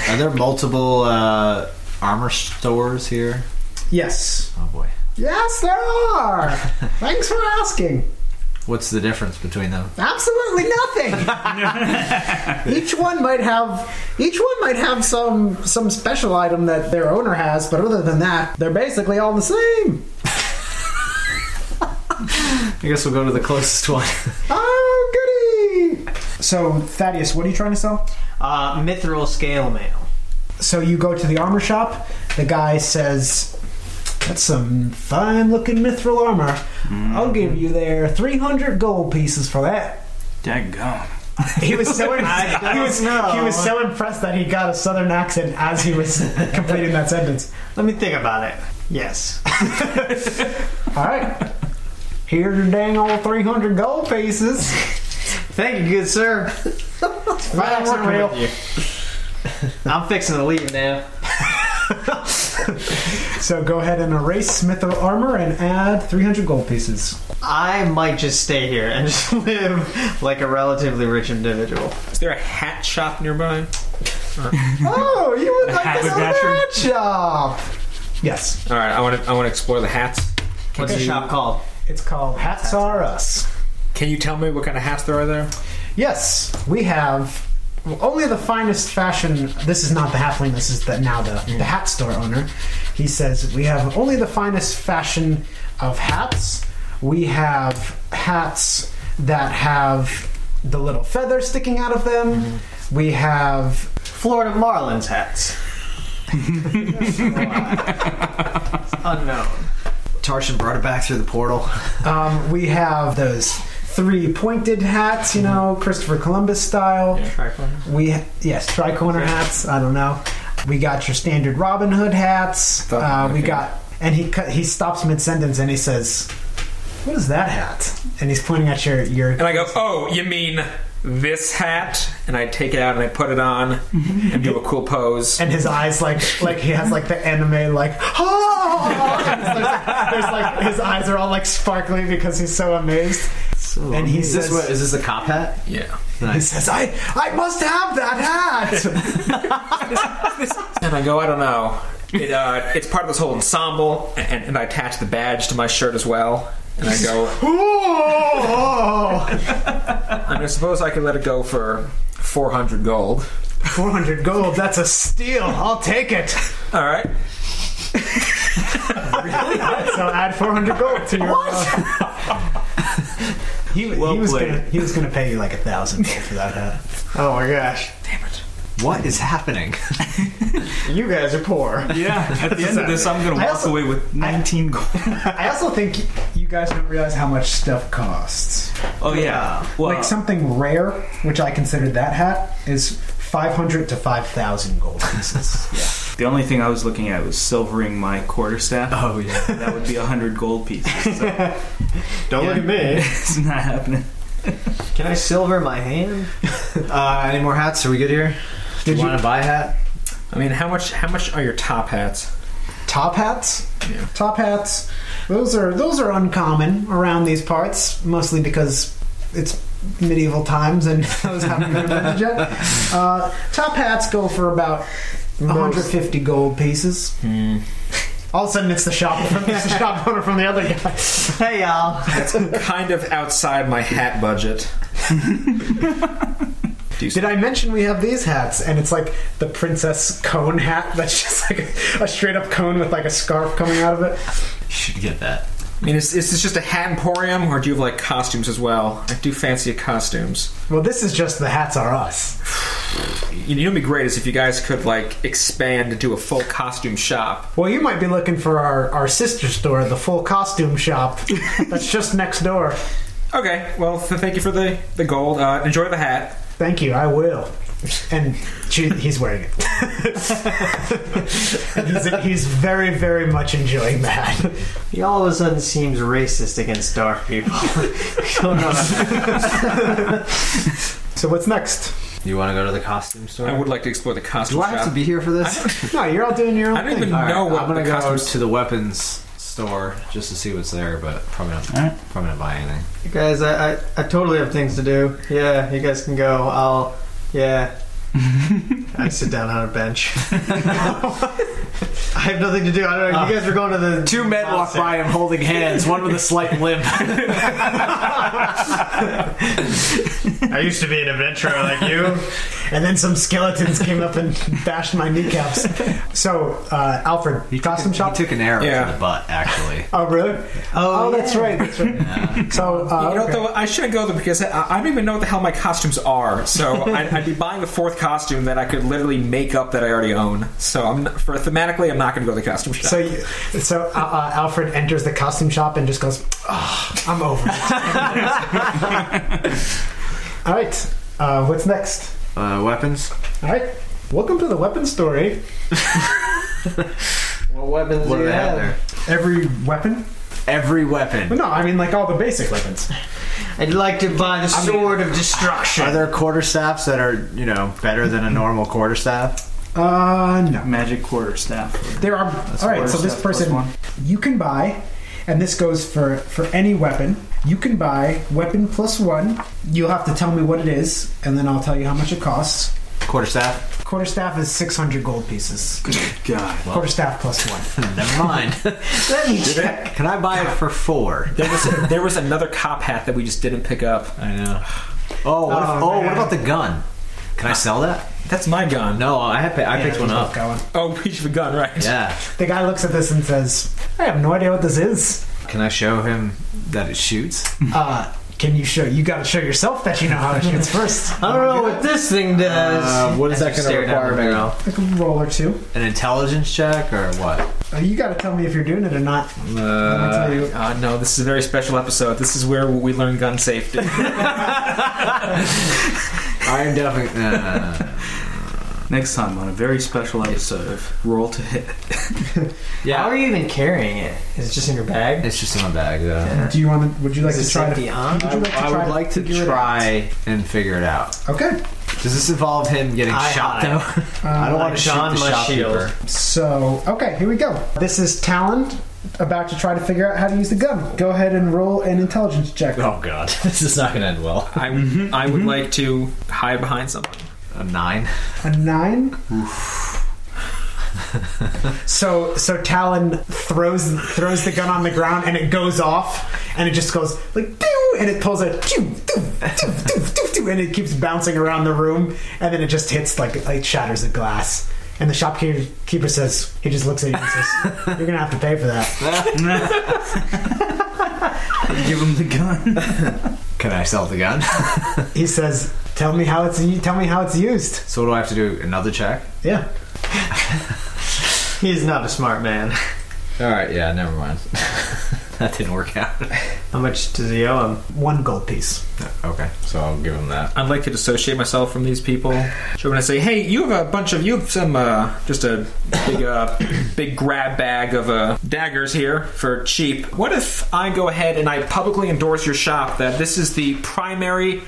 Speaker 8: Are there multiple uh, armor stores here?
Speaker 3: Yes.
Speaker 8: Oh boy.
Speaker 3: Yes, there are. Thanks for asking.
Speaker 8: What's the difference between them?
Speaker 3: Absolutely nothing. each one might have each one might have some some special item that their owner has, but other than that, they're basically all the same.
Speaker 8: I guess we'll go to the closest one.
Speaker 3: Oh, goody! So, Thaddeus, what are you trying to sell?
Speaker 6: Uh, mithril scale mail.
Speaker 3: So you go to the armor shop. The guy says, "That's some fine looking mithril armor.
Speaker 6: Mm-hmm.
Speaker 3: I'll give you there three hundred gold pieces for that."
Speaker 12: Daggum.
Speaker 3: He was so
Speaker 6: I
Speaker 3: he was
Speaker 6: don't know.
Speaker 3: he was so impressed that he got a southern accent as he was completing that sentence.
Speaker 6: Let me think about it. Yes.
Speaker 3: All right, here's your dang old three hundred gold pieces.
Speaker 6: Thank you, good sir.
Speaker 3: Right,
Speaker 6: Thanks for
Speaker 3: working
Speaker 6: coming
Speaker 3: with
Speaker 6: with you. I'm fixing to leave now.
Speaker 3: you. So go ahead and erase mithril armor and add three hundred gold pieces.
Speaker 6: I might just stay here and just live like a relatively rich individual.
Speaker 7: Is there a hat shop nearby?
Speaker 3: Oh, you would like this
Speaker 1: haberdasher?
Speaker 3: rat shop? Yes.
Speaker 7: All right, I want to I want to explore the hats.
Speaker 6: What's the shop called?
Speaker 3: It's called Hats Are Us.
Speaker 7: Can you tell me what kind of hats there are there?
Speaker 3: Yes, we have only the finest fashion. This is not the halfling. This is the, now the, the hat store owner. He says we have only the finest fashion of hats. We have hats that have the little feather sticking out of them. We have
Speaker 6: Florida Marlins hats. Unknown.
Speaker 8: Tarshan brought it back through the portal.
Speaker 3: um, we have those three pointed hats. You know, Christopher Columbus style. We yes, tri corner hats. I don't know. We got your standard Robin Hood hats.
Speaker 7: Oh,
Speaker 3: uh, We
Speaker 7: okay.
Speaker 3: got and he cut, he stops mid sentence and he says, "What is that hat?" And he's pointing at your your.
Speaker 7: And I go, oh, you mean this hat? And I take it out and I put it on and do a cool pose.
Speaker 3: And his eyes like like he has like the anime like oh there's, like, there's like his eyes are all like sparkly because he's so amazed. and he
Speaker 8: Is
Speaker 3: says,
Speaker 8: this what, is this a cop hat?
Speaker 7: yeah.
Speaker 3: he says, I I must have that hat.
Speaker 7: And I go, I don't know. It, uh, it's part of this whole ensemble, and, and I attach the badge to my shirt as well. And I go,
Speaker 3: Ooh,
Speaker 7: I mean, I suppose I could let it go for 400 gold.
Speaker 3: four hundred gold. That's a steal. I'll take it.
Speaker 7: All right.
Speaker 3: So add 400 gold to your. What? he, he was
Speaker 8: played.
Speaker 3: gonna he was gonna pay you like a thousand for that hat.
Speaker 6: Oh my gosh.
Speaker 8: What is happening?
Speaker 6: You guys are poor.
Speaker 12: Yeah, at the end of this, I'm going to
Speaker 3: I
Speaker 12: walk
Speaker 3: also-
Speaker 12: away with 19 gold.
Speaker 3: I also think you guys don't realize how much stuff costs.
Speaker 12: Oh, yeah. Well,
Speaker 3: Like something rare, which I considered that hat, is 500 to 5,000 gold pieces.
Speaker 1: The only thing I was looking at was silvering my quarterstaff.
Speaker 8: Oh yeah.
Speaker 1: That would be a hundred gold pieces. So
Speaker 6: Don't look at me.
Speaker 1: it's not happening.
Speaker 6: Can I silver my hand?
Speaker 8: Uh, any more hats? Are we good here? Do you,
Speaker 3: you-
Speaker 8: want to buy a hat?
Speaker 7: I mean, how much How much are your top hats?
Speaker 3: Top hats,
Speaker 7: Yeah.
Speaker 3: top hats. Those are those are uncommon around these parts, mostly because it's medieval times and those haven't been invented yet. Uh, top hats go for about 150 gold pieces. All of a sudden, it's the shop from it's the shop owner from the other guy.
Speaker 6: Hey y'all.
Speaker 7: That's kind of outside my hat budget.
Speaker 3: Did I mention we have these hats? And it's like the princess cone hat that's just like a, a straight up cone with like a scarf coming out of it.
Speaker 8: You should get that.
Speaker 7: I mean, is, is this just a hat emporium, or do you have like costumes as well? I do fancy costumes.
Speaker 3: Well, this is just the hats are us.
Speaker 7: You know, it'd be great is if you guys could like expand into a full costume shop.
Speaker 3: Well, you might be looking for our, our sister store, the full costume shop. That's just next door.
Speaker 7: Okay, well, th- thank you for the the gold. Uh, enjoy the hat.
Speaker 3: Thank you, I will. And she, he's wearing it. he's, he's very, very much enjoying that.
Speaker 6: He all of a sudden seems racist against dark people. Don't know.
Speaker 3: So what's next?
Speaker 8: You want to go to the costume store?
Speaker 7: I would like to explore the costume
Speaker 8: Do I have
Speaker 7: shop.
Speaker 8: to be here for this?
Speaker 3: No, you're all doing your own
Speaker 7: I don't
Speaker 3: thing.
Speaker 7: even
Speaker 8: All right,
Speaker 7: know what
Speaker 8: I'm gonna
Speaker 7: the
Speaker 8: go
Speaker 7: costumes.
Speaker 8: to the weapons store just to see what's there, but probably not.
Speaker 1: Alright.
Speaker 8: Probably not buy anything.
Speaker 6: You guys, I, I, I totally have things to do. Yeah, you guys can go. I'll. Yeah. I sit down on a bench. I have nothing to do. I don't know. You guys were going to the
Speaker 13: Uh, Two men walk
Speaker 6: concert.
Speaker 13: by him holding hands, one with a slight limp.
Speaker 6: I used to be an adventurer like you.
Speaker 3: And then some skeletons came up and bashed my kneecaps. So, uh, Alfred, costume
Speaker 1: He
Speaker 3: shop?
Speaker 1: took an arrow
Speaker 7: Yeah.
Speaker 1: to the butt, actually.
Speaker 3: Oh, really? Oh, that's right. That's right. So, uh,
Speaker 7: You know,
Speaker 3: okay.
Speaker 7: though, I shouldn't go there because I, I don't even know what the hell my costumes are. So I'd, I'd be buying a fourth costume that I could literally make up that I already own. So I'm not, for thematically, I'm not going to go to the costume shop.
Speaker 3: So, you, so uh, uh, Alfred enters the costume shop and just goes, oh, "I'm over it." All right, uh, what's next?
Speaker 8: Uh, weapons.
Speaker 3: All right, welcome to the weapon eh? story.
Speaker 6: What weapons
Speaker 8: What do
Speaker 6: do you
Speaker 8: they have
Speaker 6: have?
Speaker 8: there?
Speaker 3: Every weapon?
Speaker 8: Every weapon.
Speaker 3: No, I mean like all the basic weapons.
Speaker 6: I'd like to buy the sword of
Speaker 8: Are
Speaker 6: destruction.
Speaker 8: there quarter staffs that are you know better than a normal quarter staff?
Speaker 3: Uh, no,
Speaker 1: Magic quarter staff.
Speaker 3: there are. all right, so this person you can buy, and this goes for for any weapon. You can buy weapon plus one. You'll have to tell me what it is, and then I'll tell you how much it costs.
Speaker 8: Quarter staff.
Speaker 3: Quarterstaff is 600 gold pieces.
Speaker 1: God.
Speaker 3: Quarterstaff plus one.
Speaker 8: Never mind.
Speaker 6: Let me check.
Speaker 8: Can I buy it for four?
Speaker 7: there, was there was another cop hat that we just didn't pick up.
Speaker 8: I know. Oh, what if-
Speaker 3: Oh,
Speaker 8: oh, what
Speaker 3: man.
Speaker 8: about the gun? Can I sell that?
Speaker 7: That's my gun.
Speaker 8: No, I have. I
Speaker 3: Yeah,
Speaker 8: picked one
Speaker 3: keep
Speaker 8: up.
Speaker 3: Going.
Speaker 7: Oh, reach for gun, right?
Speaker 8: Yeah.
Speaker 3: The guy looks at this and says, I have no idea what this is.
Speaker 8: Can I show him that it shoots?
Speaker 3: Uh, can you show? You got to show yourself that you know how it shoots first.
Speaker 6: I don't know what this thing does.
Speaker 8: Uh, what is
Speaker 6: As
Speaker 8: that
Speaker 6: you
Speaker 8: going to
Speaker 6: stare down
Speaker 8: require?
Speaker 6: the
Speaker 8: me?
Speaker 6: barrel.
Speaker 3: Like a roll or two.
Speaker 8: An intelligence check or what?
Speaker 3: Uh, you got to tell me if you're doing it or not.
Speaker 7: Uh,
Speaker 3: Let me tell you.
Speaker 7: uh, no, this is a very special episode. This is where we learn gun safety.
Speaker 8: I am definitely. No, no, no, no.
Speaker 1: Next time on a very special episode of Roll to Hit.
Speaker 6: How are
Speaker 8: Yeah.
Speaker 6: you even carrying it? Is it just in your bag?
Speaker 8: It's just in my bag, though.
Speaker 3: Do you want to? Would you like
Speaker 6: Is
Speaker 3: to
Speaker 6: it
Speaker 3: try
Speaker 6: empty
Speaker 3: to?
Speaker 6: on?
Speaker 3: Would you like to
Speaker 8: I
Speaker 3: try
Speaker 8: would
Speaker 3: to
Speaker 8: like
Speaker 3: figure
Speaker 8: to
Speaker 3: it
Speaker 8: try and figure it out.
Speaker 3: Okay.
Speaker 8: Does this involve him getting
Speaker 6: I
Speaker 8: shot,
Speaker 6: hide.
Speaker 8: though?
Speaker 3: Uh,
Speaker 8: I don't
Speaker 6: I
Speaker 8: want to shoot
Speaker 6: don
Speaker 8: the
Speaker 6: my
Speaker 8: shopkeeper.
Speaker 6: shield.
Speaker 3: So okay, here we go. This is Talon about to try to figure out how to use the gun. Go ahead and roll an intelligence check.
Speaker 8: Oh, God. This is not going to end well.
Speaker 7: I, I would like to hide behind someone.
Speaker 8: A nine.
Speaker 3: A nine. so so Talon throws throws the gun on the ground and it goes off and it just goes like pew and it pulls a pew, doo, doo, doo, doo, doo, and it keeps bouncing around the room and then it just hits like it shatters the glass. And the shopkeeper keeper says he just looks at you and says, "You're gonna have to pay for that."
Speaker 1: Give him the gun.
Speaker 8: Can I sell the gun?
Speaker 3: He says, "Tell me how it's u- tell me how it's used."
Speaker 8: so, what do I have to do? Another check?
Speaker 3: Yeah.
Speaker 6: He's not a smart man.
Speaker 8: All right, yeah, never mind. that didn't work out.
Speaker 6: How much does he owe him?
Speaker 3: One gold piece.
Speaker 8: Okay, so I'll give him that.
Speaker 7: uh, I'd like to dissociate myself from these people. So when I say, "Hey, you have a bunch of you have some uh, just a big uh, big grab bag of uh, daggers here for cheap," what if I go ahead and I publicly endorse your shop that this is the primary?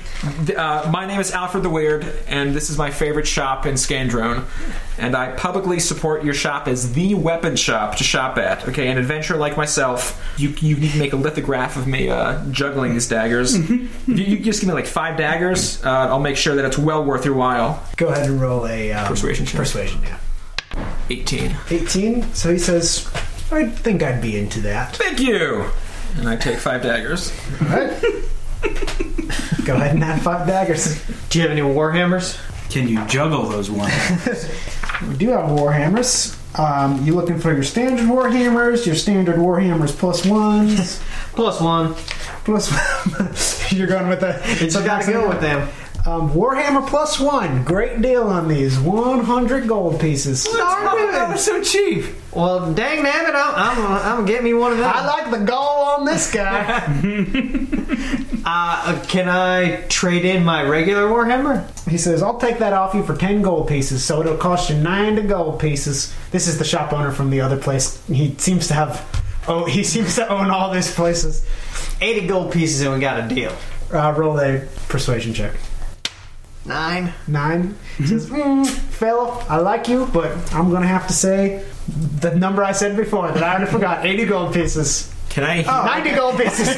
Speaker 7: Uh, my name is Alfred the Weird, and this is my favorite shop in Scandrone, and I publicly support your shop as the weapon shop to shop at. Okay, an adventurer like myself, you you need to make a lithograph of me uh, juggling these daggers. If you, you just give me like five daggers, uh, I'll make sure that it's well worth your while.
Speaker 3: Go ahead and roll a um,
Speaker 7: Persuasion check.
Speaker 3: Persuasion, yeah.
Speaker 7: 18.
Speaker 3: 18. So he says, I think I'd be into that.
Speaker 7: Thank you! And I take five daggers.
Speaker 3: Alright. Go ahead and have five daggers.
Speaker 6: Do you have any warhammers?
Speaker 1: Can you juggle those ones?
Speaker 3: We do have warhammers. Um, you looking for your standard warhammers, your standard warhammers plus ones,
Speaker 6: Plus one.
Speaker 3: plus You're going with the.
Speaker 6: It's you gotta go with them.
Speaker 3: Um, Warhammer plus one. Great deal on these. 100 gold pieces.
Speaker 6: Darn it.
Speaker 8: so cheap.
Speaker 6: Well, dang nabbit, I'm, I'm, I'm gonna get me one of them.
Speaker 3: I like the goal on this guy.
Speaker 6: Uh, can I trade in my regular warhammer?
Speaker 3: He says, I'll take that off you for 10 gold pieces, so it'll cost you 9 to gold pieces. This is the shop owner from the other place. He seems to have. Oh, he seems to own all these places.
Speaker 6: 80 gold pieces and we got a deal.
Speaker 3: Uh, roll a persuasion check.
Speaker 6: Nine.
Speaker 3: nine. He says,
Speaker 7: Mm-hmm.
Speaker 3: mm, Phil, I like you, but I'm going to have to say the number I said before that I already forgot 80 gold pieces.
Speaker 7: Can I?
Speaker 3: 90 gold pieces.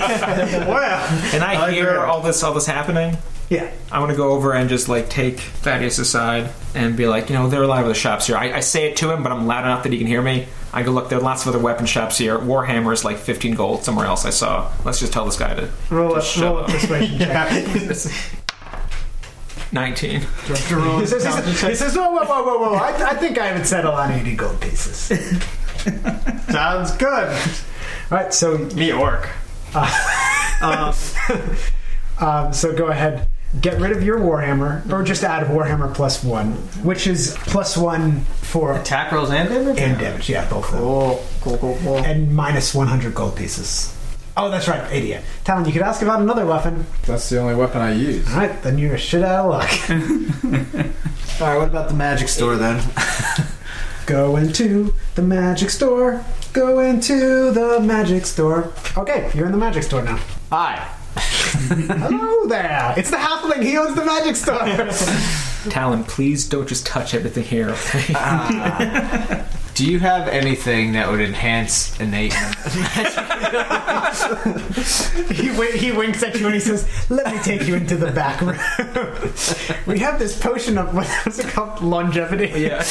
Speaker 6: Wow.
Speaker 7: Can I hear all this? All this happening?
Speaker 3: yeah.
Speaker 7: I want to go over and just like take Thaddeus aside and be like, you know, there are a lot of other shops here. I, I say it to him, but I'm loud enough that he can hear me. I go look. There are lots of other weapon shops here. Warhammer is like 15 gold somewhere else. I saw. Let's just tell this guy to
Speaker 3: Roll up,
Speaker 7: Just shut
Speaker 3: roll up
Speaker 7: up.
Speaker 3: persuasion check.
Speaker 6: This
Speaker 7: 19.
Speaker 3: He says, he says, he says, whoa, whoa, whoa, whoa, whoa. I, I think I would settle on 80 gold pieces.
Speaker 6: Sounds good.
Speaker 3: All right, so
Speaker 6: Me orc.
Speaker 3: Um, so go ahead, get rid of your Warhammer, or just add Warhammer plus one, which is plus one for
Speaker 7: Attack rolls and damage.
Speaker 3: and damage. Yeah, both of them.
Speaker 6: Cool. Cool, cool, cool.
Speaker 3: And minus 100 gold pieces. Oh, that's right, 80. yeah. Talon, you could ask about another weapon.
Speaker 14: That's the only weapon I use.
Speaker 3: All right, then you're shit out of luck.
Speaker 6: All right, what about the magic store then?
Speaker 3: Go into the magic store. Go into the magic store. Okay, you're in the magic store now.
Speaker 6: Hi.
Speaker 3: Hello there. It's the halfling. He owns the magic store.
Speaker 7: Talon, please don't just touch everything here. okay?
Speaker 8: Do you have anything that would enhance innate?
Speaker 3: he, w- he winks at you and he says, "Let me take you into the back room. we have this potion of what's it called? Longevity.
Speaker 7: yeah.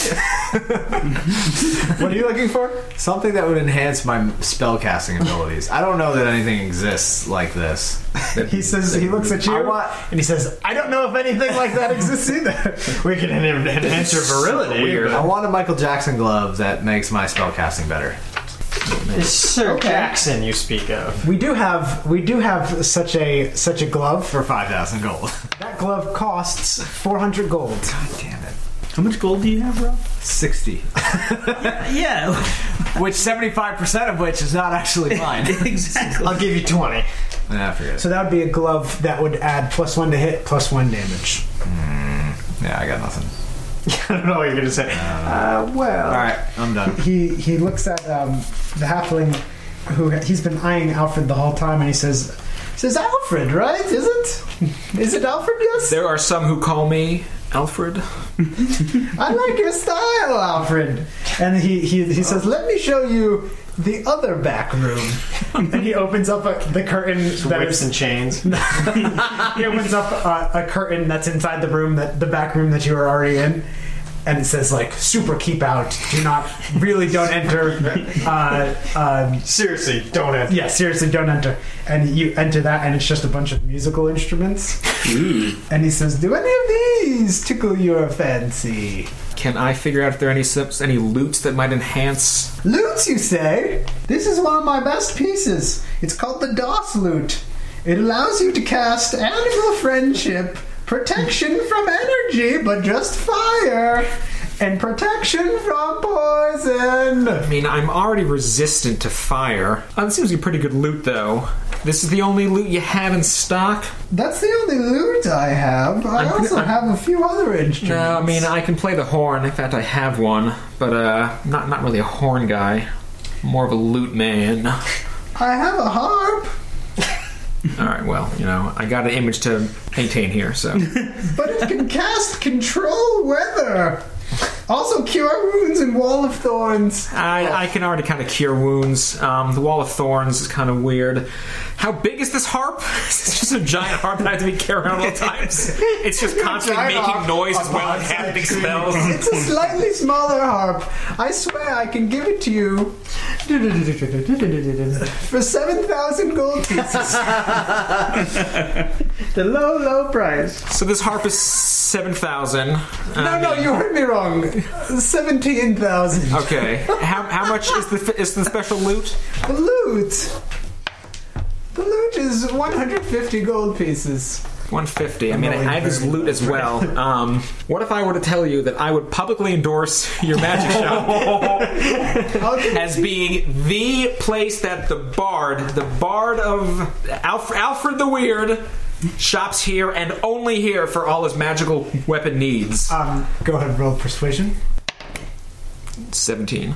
Speaker 3: What are you looking for?
Speaker 8: Something that would enhance my spellcasting abilities. I don't know that anything exists like this.
Speaker 3: He says he looks at you
Speaker 8: I want-
Speaker 3: and he says, "I don't know if anything like that exists either."
Speaker 6: We can en- enhance your virility.
Speaker 8: I want a Michael Jackson glove that makes my spellcasting better.
Speaker 6: It's Sir Jackson you speak of.
Speaker 3: we do have we do have such a such a glove.
Speaker 8: For 5,000 gold.
Speaker 3: That glove costs four hundred gold.
Speaker 8: Damn it.
Speaker 7: How much gold do you have, bro?
Speaker 8: 60.
Speaker 7: Yeah,
Speaker 8: Which 75% of which is not actually mine.
Speaker 7: exactly.
Speaker 6: I'll give you 20.
Speaker 8: nah, forget it.
Speaker 3: So that would be a glove that would add plus one to hit, plus one damage.
Speaker 8: Hmm, Yeah, I got nothing.
Speaker 6: I don't know what you're going to say.
Speaker 3: Uh, well,
Speaker 8: Alright, I'm done.
Speaker 3: he he looks at um, the halfling who he's been eyeing Alfred the whole time, and he says, "Says Alfred, right? Is it? Is it Alfred? Yes.
Speaker 7: There are some who call me Alfred.
Speaker 3: I like your style, Alfred." And he he, he says, "Let me show you." The other back room, and he opens up a, the curtain. That is,
Speaker 6: Whips and chains.
Speaker 3: he opens up a, a curtain that's inside the room that the back room that you were already in, and it says like "super keep out, do not really don't enter." Uh, um,
Speaker 6: Seriously, don't have.
Speaker 3: Yeah, seriously, don't enter. And you enter that, and it's just a bunch of musical instruments.
Speaker 6: Hmm.
Speaker 3: And he says, "Do any of these tickle your fancy?"
Speaker 7: Can I figure out if there are any sips, any loots that might enhance?
Speaker 3: Lutes, you say? This is one of my best pieces. It's called the Doss Lute. It allows you to cast Animal Friendship, Protection from Energy, but just fire, and Protection from Poison.
Speaker 7: I mean, I'm already resistant to fire. Oh, this seems like a pretty good loot, though. This is the only loot you have in stock.
Speaker 3: That's the only loot I have. I
Speaker 7: I'm-
Speaker 3: also
Speaker 7: I'm-
Speaker 3: have a few other instruments.
Speaker 7: No, I mean uh, I can play the horn. In fact, I have one, but uh, not not really a horn guy. More of a loot man. All
Speaker 3: I have a harp.
Speaker 7: right, well, you know, I got an image to maintain here, so
Speaker 3: but it can cast control weather. Also, cure wounds and wall of thorns.
Speaker 7: I, I can already kind of cure wounds. Um, the wall of thorns is kind of weird. How big is this harp? It's just a giant harp that I have to be carrying around at all times. It's just constantly
Speaker 3: giant
Speaker 7: making
Speaker 3: harp
Speaker 7: noise
Speaker 3: on
Speaker 7: while
Speaker 3: bonsai
Speaker 7: casting
Speaker 3: trees.
Speaker 7: spells.
Speaker 3: It's a slightly smaller harp. I swear I can give it to you for seven thousand gold pieces.
Speaker 6: The low, low price.
Speaker 7: So this harp is seven thousand. Um,
Speaker 3: No, no, you heard me wrong. Seventeen thousand.
Speaker 7: Okay. How, how much is the is the special loot?
Speaker 3: The loot. The loot is one hundred fifty gold pieces.
Speaker 7: 150. I mean, I
Speaker 3: really
Speaker 7: had this
Speaker 3: very
Speaker 7: loot as well. Um, what if I were to tell you that I would publicly endorse your magic shop
Speaker 3: I'll give
Speaker 7: as being the place that the bard, the bard of Alf- Alfred the Weird, shops here and only here for all his magical weapon needs?
Speaker 3: Um, go ahead, roll persuasion.
Speaker 7: 17.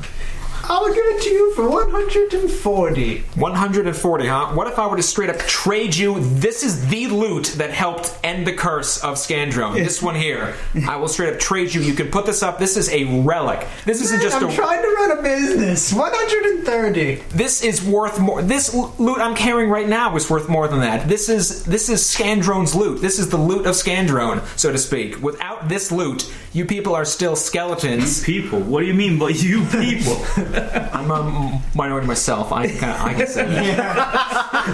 Speaker 3: I'll give it to you for 140.
Speaker 7: 140, huh? What if I were to straight up trade you? This is the loot that helped end the curse of Scandrone. This one here. I will straight up trade you. You can put this up. This is a relic. This isn't just
Speaker 3: I'm
Speaker 7: a.
Speaker 3: trying to run a business. 130.
Speaker 7: this is worth more. This l- loot I'm carrying right now is worth more than that. This is this is Scandrone's loot. This is the loot of Scandrone, so to speak. Without this loot, you people are still skeletons.
Speaker 1: People, what do you mean by you people?
Speaker 7: I'm a m- minority myself. I can I can say that.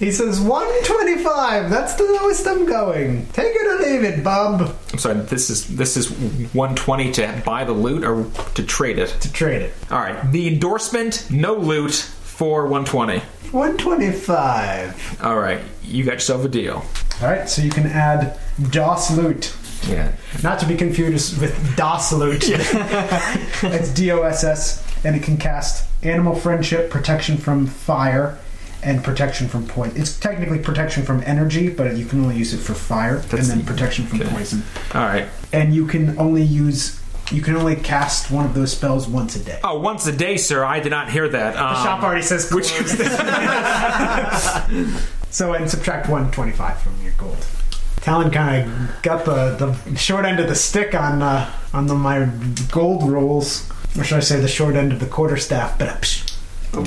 Speaker 3: He says 125. That's the lowest I'm going. Take it or leave it, bub.
Speaker 7: I'm sorry. This is this is 120 to buy the loot or to trade it.
Speaker 3: To trade it.
Speaker 7: All right. The endorsement, no loot for 120.
Speaker 3: 125.
Speaker 7: All right. You got yourself a deal.
Speaker 3: All right, so you can add DOS loot.
Speaker 7: Yeah.
Speaker 3: Not to be confused with DOS loot. it's D O S S, and it can cast Animal Friendship, Protection from Fire, and Protection from Poison. It's technically Protection from Energy, but you can only use it for fire, and then Protection from
Speaker 7: okay.
Speaker 3: Poison.
Speaker 7: All right.
Speaker 3: And you can only use. You can only cast one of those spells once a day.
Speaker 7: Oh, once a day, sir. I did not hear that. Um,
Speaker 3: Shop already says
Speaker 7: which-
Speaker 3: closed. so and subtract one twenty five from your gold. Talon kind of got the, the short end of the stick on uh, on the, my gold rolls, or should I say the short end of the quarter staff? But uh, psh.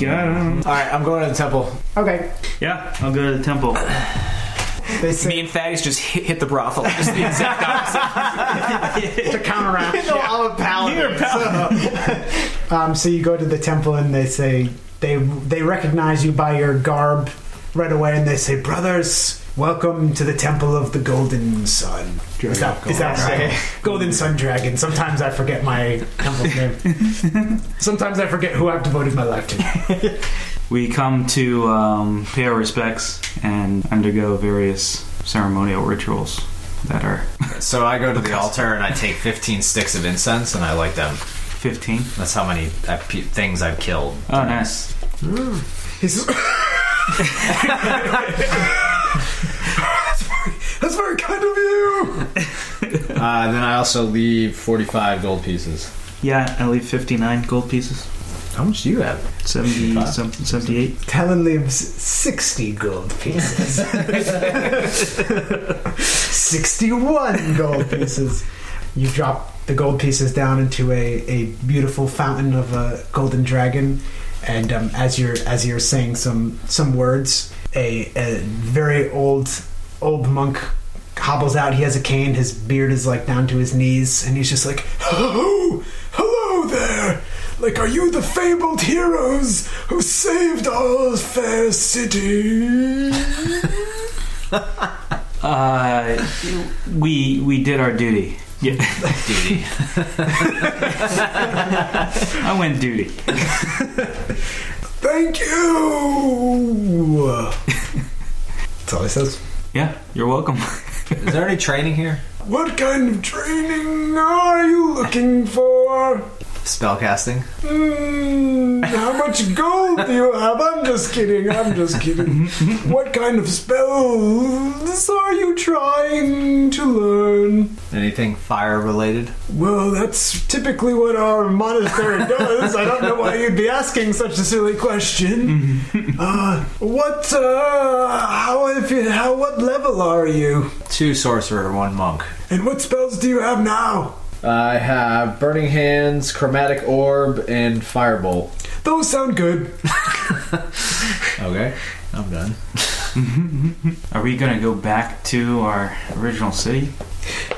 Speaker 1: yeah,
Speaker 6: All right, I'm going to the temple.
Speaker 3: okay,
Speaker 1: yeah, I'll go to the temple.
Speaker 3: they say
Speaker 7: Me and Thaddeus just hit, hit the brothel. Just the exact opposite.
Speaker 3: to counteract.
Speaker 6: No, I'm a paladin.
Speaker 3: Um, so you go to the temple and they say they they recognize you by your garb right away, and they say, "Brothers, welcome to the temple of the Golden Sun." Is that, is that right? Golden Sun Dragon. Sometimes I forget my temple's name. Sometimes I forget who I've devoted my life to.
Speaker 1: We come to um, pay our respects and undergo various ceremonial rituals that are
Speaker 8: So I go to the altar and I take 15 sticks of incense and I light them.
Speaker 1: 15.
Speaker 8: That's how many uh, pe- things I've killed.
Speaker 1: Oh, nice.
Speaker 3: He's- That's very kind of you.
Speaker 8: Uh, then I also leave 45 gold pieces.
Speaker 1: Yeah, I leave 59 gold pieces.
Speaker 8: How much do you have?
Speaker 1: 70 something, 78.
Speaker 3: Talon leaves sixty gold pieces. Sixty-one gold pieces. You drop the gold pieces down into a, a beautiful fountain of a golden dragon, and um, as you're as you're saying some some words, a, a very old old monk hobbles out. He has a cane. His beard is like down to his knees, and he's just like, "Hello, hello there." Like, are you the fabled heroes who saved our fair city?
Speaker 1: Uh, we we did our duty. Yeah.
Speaker 8: Duty.
Speaker 1: I went duty.
Speaker 3: Thank you! That's all he says.
Speaker 1: Yeah, you're welcome.
Speaker 8: Is there any training here?
Speaker 3: What kind of training are you looking for?
Speaker 8: Spellcasting?
Speaker 3: Mm, how much gold do you have? I'm just kidding, I'm just kidding. What kind of spells are you trying to learn?
Speaker 8: Anything fire related?
Speaker 3: Well, that's typically what our monastery does. I don't know why you'd be asking such a silly question. Uh, what, uh, how, if you, how, what level are you?
Speaker 8: Two sorcerer, one monk.
Speaker 3: And what spells do you have now?
Speaker 8: I have Burning Hands, Chromatic Orb, and Firebolt.
Speaker 3: Those sound good.
Speaker 8: Okay, I'm done.
Speaker 1: Are we gonna go back to our original city,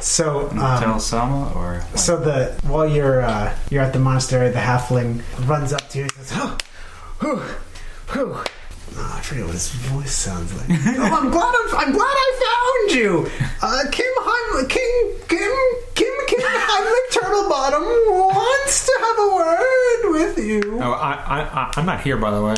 Speaker 3: So,
Speaker 1: Tel
Speaker 3: um,
Speaker 1: Sama, or
Speaker 3: so the while you're uh, you're at the monastery, the halfling runs up to you and says, "Oh, whew, whew." Oh, I forget what his voice sounds like. oh, I'm glad I'm, I'm glad I found you, uh, Kim Heim, King Kim Kim Kim Heimlich Turtlebottom wants to have a word with you.
Speaker 7: Oh, I, I, I, I'm not here, by the way.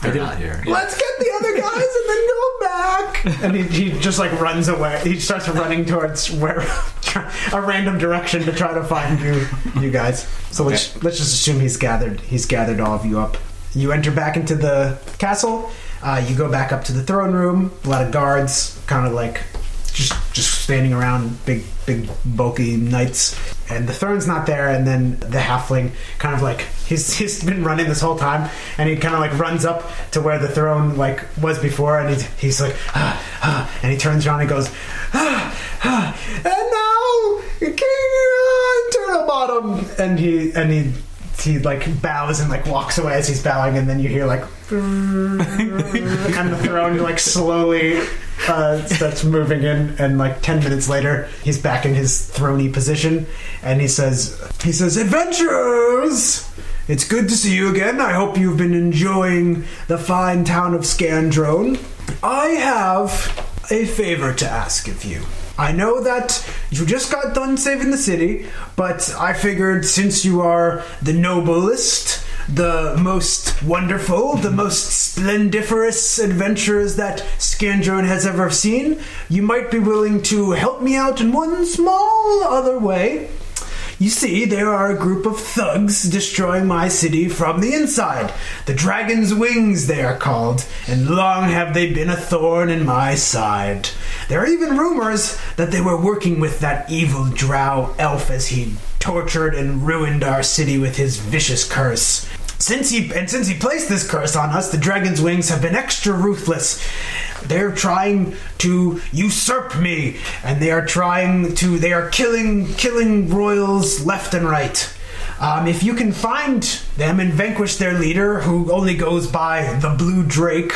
Speaker 7: I did
Speaker 8: Not here.
Speaker 3: Let's get the other guys and then go back. And he, he just like runs away. He starts running towards where a random direction to try to find you, you guys. So let's let's just assume he's gathered. He's gathered all of you up. You enter back into the castle. Uh, you go back up to the throne room. A lot of guards, kind of like just just standing around, big big bulky knights. And the Thern's not there, and then the halfling kind of like he's he's been running this whole time, and he kind of like runs up to where the throne like was before, and he's he's like ah, ah, and he turns around and goes ah, ah, and now King uh, Turtlebottom, and he and he. He like bows and like walks away as he's bowing, and then you hear like and the throne like slowly uh, starts moving in and like 10 minutes later he's back in his throny position and he says he says adventurers it's good to see you again i hope you've been enjoying the fine town of scandrone i have a favor to ask of you I know that you just got done saving the city, but I figured since you are the noblest, the most wonderful, the most splendiferous adventurers that Scandrone has ever seen, you might be willing to help me out in one small other way. You see, there are a group of thugs destroying my city from the inside. The Dragon's Wings, they are called, and long have they been a thorn in my side. There are even rumors that they were working with that evil drow elf as he tortured and ruined our city with his vicious curse. Since he and since he placed this curse on us, the dragon's wings have been extra ruthless. They're trying to usurp me, and they are trying to they are killing killing royals left and right. Um, if you can find them and vanquish their leader, who only goes by the Blue Drake,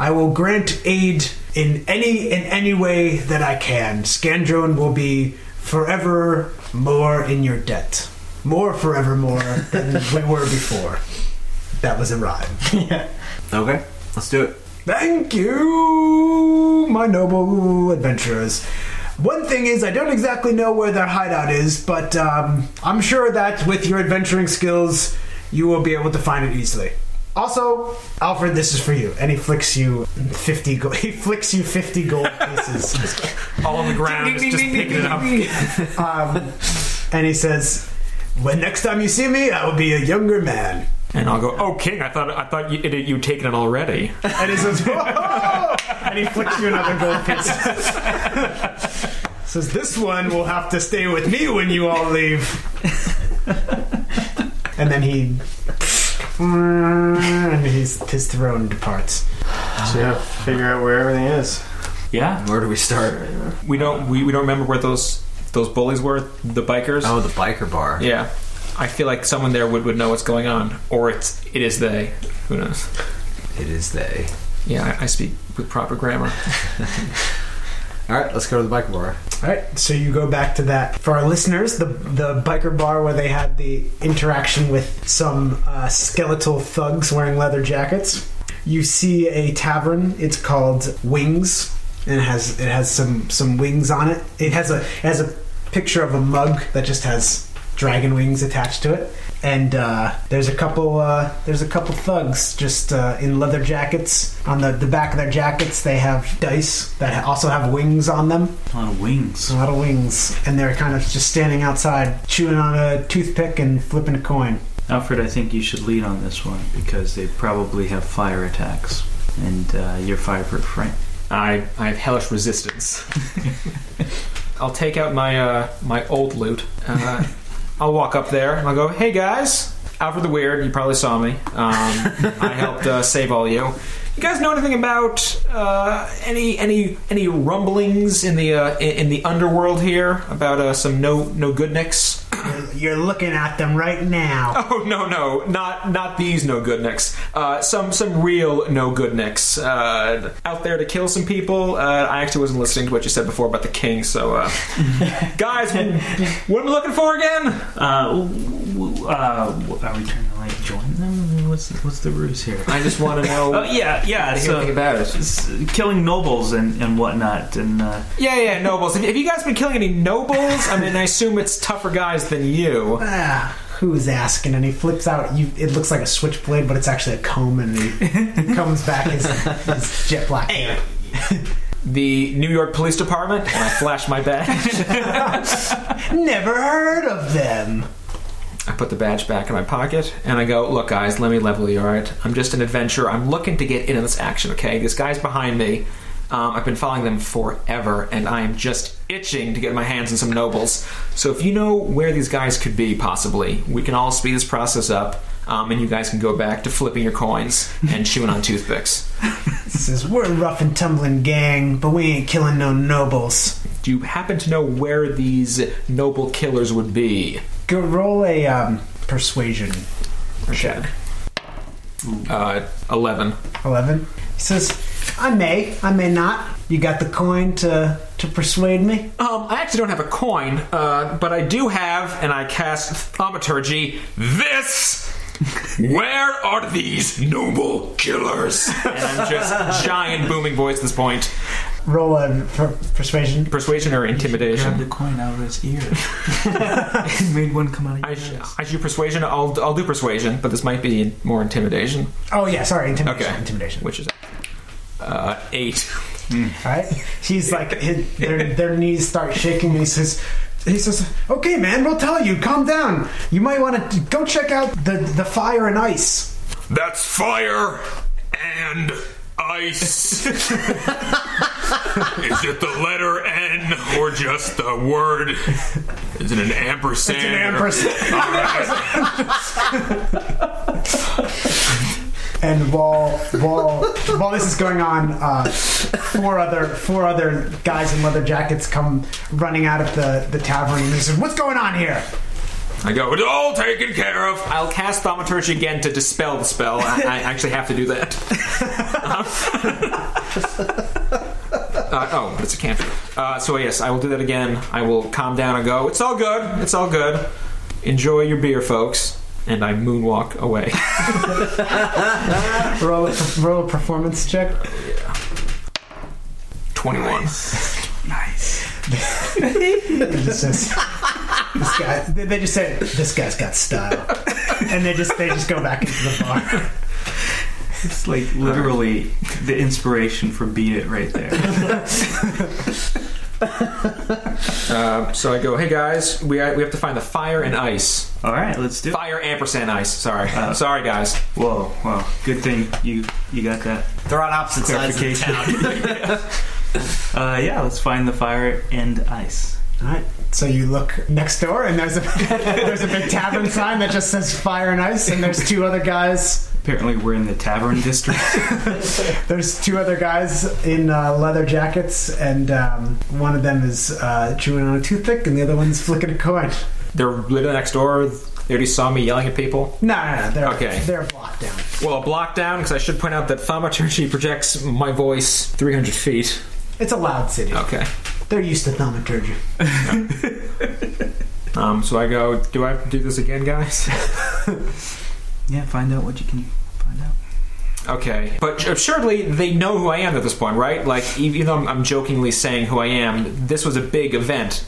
Speaker 3: I will grant aid in any in any way that I can. Scandrone will be forever more in your debt, more forever more than we were before. That was a rhyme.
Speaker 14: Okay, let's do it.
Speaker 3: Thank you, my noble adventurers. One thing is, I don't exactly know where their hideout is, but um, I'm sure that with your adventuring skills, you will be able to find it easily. Also, Alfred, this is for you, and he flicks you fifty. Go- he flicks you fifty gold pieces,
Speaker 7: All on the ground, just picking it up.
Speaker 3: um, and he says, "When next time you see me, I will be a younger man."
Speaker 7: And I'll go, oh, King, I thought I thought you, it, you'd taken it already.
Speaker 3: And he says, Whoa! And he flicks you another gold piece. says, This one will have to stay with me when you all leave. and then he. And his, his throne departs.
Speaker 6: So yeah, figure out where everything is.
Speaker 7: Yeah,
Speaker 14: Where do we start?
Speaker 7: we don't we, we don't remember where those those bullies were, the bikers.
Speaker 14: Oh, the biker bar.
Speaker 7: Yeah, I feel like someone there would, would know what's going on, or it's it is they. Who knows?
Speaker 14: It is they.
Speaker 7: Yeah, I, I speak with proper grammar.
Speaker 14: All right, let's go to the biker bar.
Speaker 3: Alright, so you go back to that. For our listeners, the, the biker bar where they had the interaction with some uh, skeletal thugs wearing leather jackets. You see a tavern. It's called Wings, and it has it has some some wings on it. It has a it has a picture of a mug that just has dragon wings attached to it. And uh, there's a couple uh, there's a couple thugs just uh, in leather jackets. On the, the back of their jackets, they have dice that also have wings on them.
Speaker 1: A lot of wings.
Speaker 3: A lot of wings, and they're kind of just standing outside, chewing on a toothpick and flipping a coin.
Speaker 1: Alfred, I think you should lead on this one because they probably have fire attacks, and uh, you're fireproof, right?
Speaker 7: I I have hellish resistance. I'll take out my uh, my old loot. Uh, I'll walk up there and I'll go, "Hey guys, Alfred the Weird. You probably saw me. Um, I helped uh, save all you. You guys know anything about uh, any any any rumblings in the uh, in, in the underworld here about uh, some no no good nicks?
Speaker 3: You're looking at them right now.
Speaker 7: Oh no no not not these no good nicks. Uh, some some real no good nicks uh, out there to kill some people. Uh, I actually wasn't listening to what you said before about the king. So uh, guys, what am I looking for again?
Speaker 1: Uh, w- w- uh, w- are we trying to like join them? What's the, what's the ruse here?
Speaker 4: I just want to know
Speaker 7: Uh,
Speaker 1: Oh yeah, yeah.
Speaker 4: anything
Speaker 1: So
Speaker 4: about it.
Speaker 1: s- killing nobles and, and whatnot, and uh,
Speaker 7: Yeah yeah nobles. Have, have you guys been killing any nobles? I mean I assume it's tougher guys than you.
Speaker 3: Ah, who's asking? And he flips out. You, it looks like a switchblade, but it's actually a comb, and he, he comes back as, as jet black. hair.
Speaker 7: The New York Police Department. And I flash my badge.
Speaker 3: Never heard of them.
Speaker 7: I put the badge back in my pocket and I go, Look, guys, let me level you, alright? I'm just an adventurer. I'm looking to get into this action, okay? This guy's behind me. Um, I've been following them forever, and I am just itching to get my hands on some nobles. So if you know where these guys could be, possibly, we can all speed this process up, um, and you guys can go back to flipping your coins and chewing on toothpicks.
Speaker 3: Says we're a rough and tumbling gang, but we ain't killing no nobles.
Speaker 7: Do you happen to know where these noble killers would be?
Speaker 3: Go roll a um, persuasion check.
Speaker 7: Uh, 11.
Speaker 3: 11. He says, I may, I may not. You got the coin to, to persuade me?
Speaker 7: Um, I actually don't have a coin, uh, but I do have, and I cast Thaumaturgy, this! Where are these noble killers? And I'm just giant booming voice at this point.
Speaker 3: Roll a per- persuasion.
Speaker 7: Persuasion or
Speaker 1: Grabbed
Speaker 7: intimidation?
Speaker 1: the coin out of his ear. and made one come out of
Speaker 7: I,
Speaker 1: his ear.
Speaker 7: I do persuasion. I'll, I'll do persuasion, but this might be more intimidation,
Speaker 3: Oh, yeah, sorry, intimidation.
Speaker 7: Okay.
Speaker 3: Intimidation.
Speaker 7: which is uh, eight.
Speaker 3: All right? He's like, his, their, their knees start shaking, and he says, he says, okay, man, we'll tell you. Calm down. You might want to go check out the, the fire and ice.
Speaker 7: That's fire and ice. Is it the letter N or just the word? Is it an ampersand?
Speaker 3: It's an ampersand. and while while while this is going on, uh, four other four other guys in leather jackets come running out of the, the tavern and they say, "What's going on here?"
Speaker 7: I go, it's all taken care of. I'll cast Thaumaturgy again to dispel the spell. I, I actually have to do that. uh, oh, but it's a cantrip. Uh, so, yes, I will do that again. I will calm down and go, it's all good. It's all good. Enjoy your beer, folks. And I moonwalk away.
Speaker 3: Roll a, roll a performance check.
Speaker 7: 21.
Speaker 3: It just says, "This guy." They they just say, "This guy's got style," and they just they just go back into the bar.
Speaker 1: It's like literally the inspiration for Beat It right there.
Speaker 7: Uh, so I go, hey guys, we, uh, we have to find the fire and ice.
Speaker 1: All right, let's do it.
Speaker 7: Fire ampersand ice. Sorry.
Speaker 1: Uh,
Speaker 7: Sorry, guys.
Speaker 1: Whoa, whoa. Good thing you you got that
Speaker 6: They're on opposite sides of the
Speaker 1: clarification.
Speaker 6: town.
Speaker 1: uh, yeah, let's find the fire and ice.
Speaker 3: All right. So you look next door, and there's a there's a big tavern sign that just says "Fire and Ice," and there's two other guys.
Speaker 1: Apparently, we're in the tavern district.
Speaker 3: There's two other guys in uh, leather jackets, and um, one of them is uh, chewing on a toothpick, and the other one's flicking a coin.
Speaker 7: They're literally next door. They already saw me yelling at people.
Speaker 3: No, no, no. They're
Speaker 7: Okay.
Speaker 3: They're blocked down.
Speaker 7: Well, a block down, because I should point out that thaumaturgy projects my voice 300 feet.
Speaker 3: It's a loud city.
Speaker 7: Okay.
Speaker 3: They're used to thaumaturgy.
Speaker 7: Um, so I go, do I have to do this again, guys?
Speaker 1: yeah, find out what you can find out.
Speaker 7: okay. But assuredly, they know who I am at this point, right? Like, even though I'm- I'm jokingly saying who I am, this was a big event.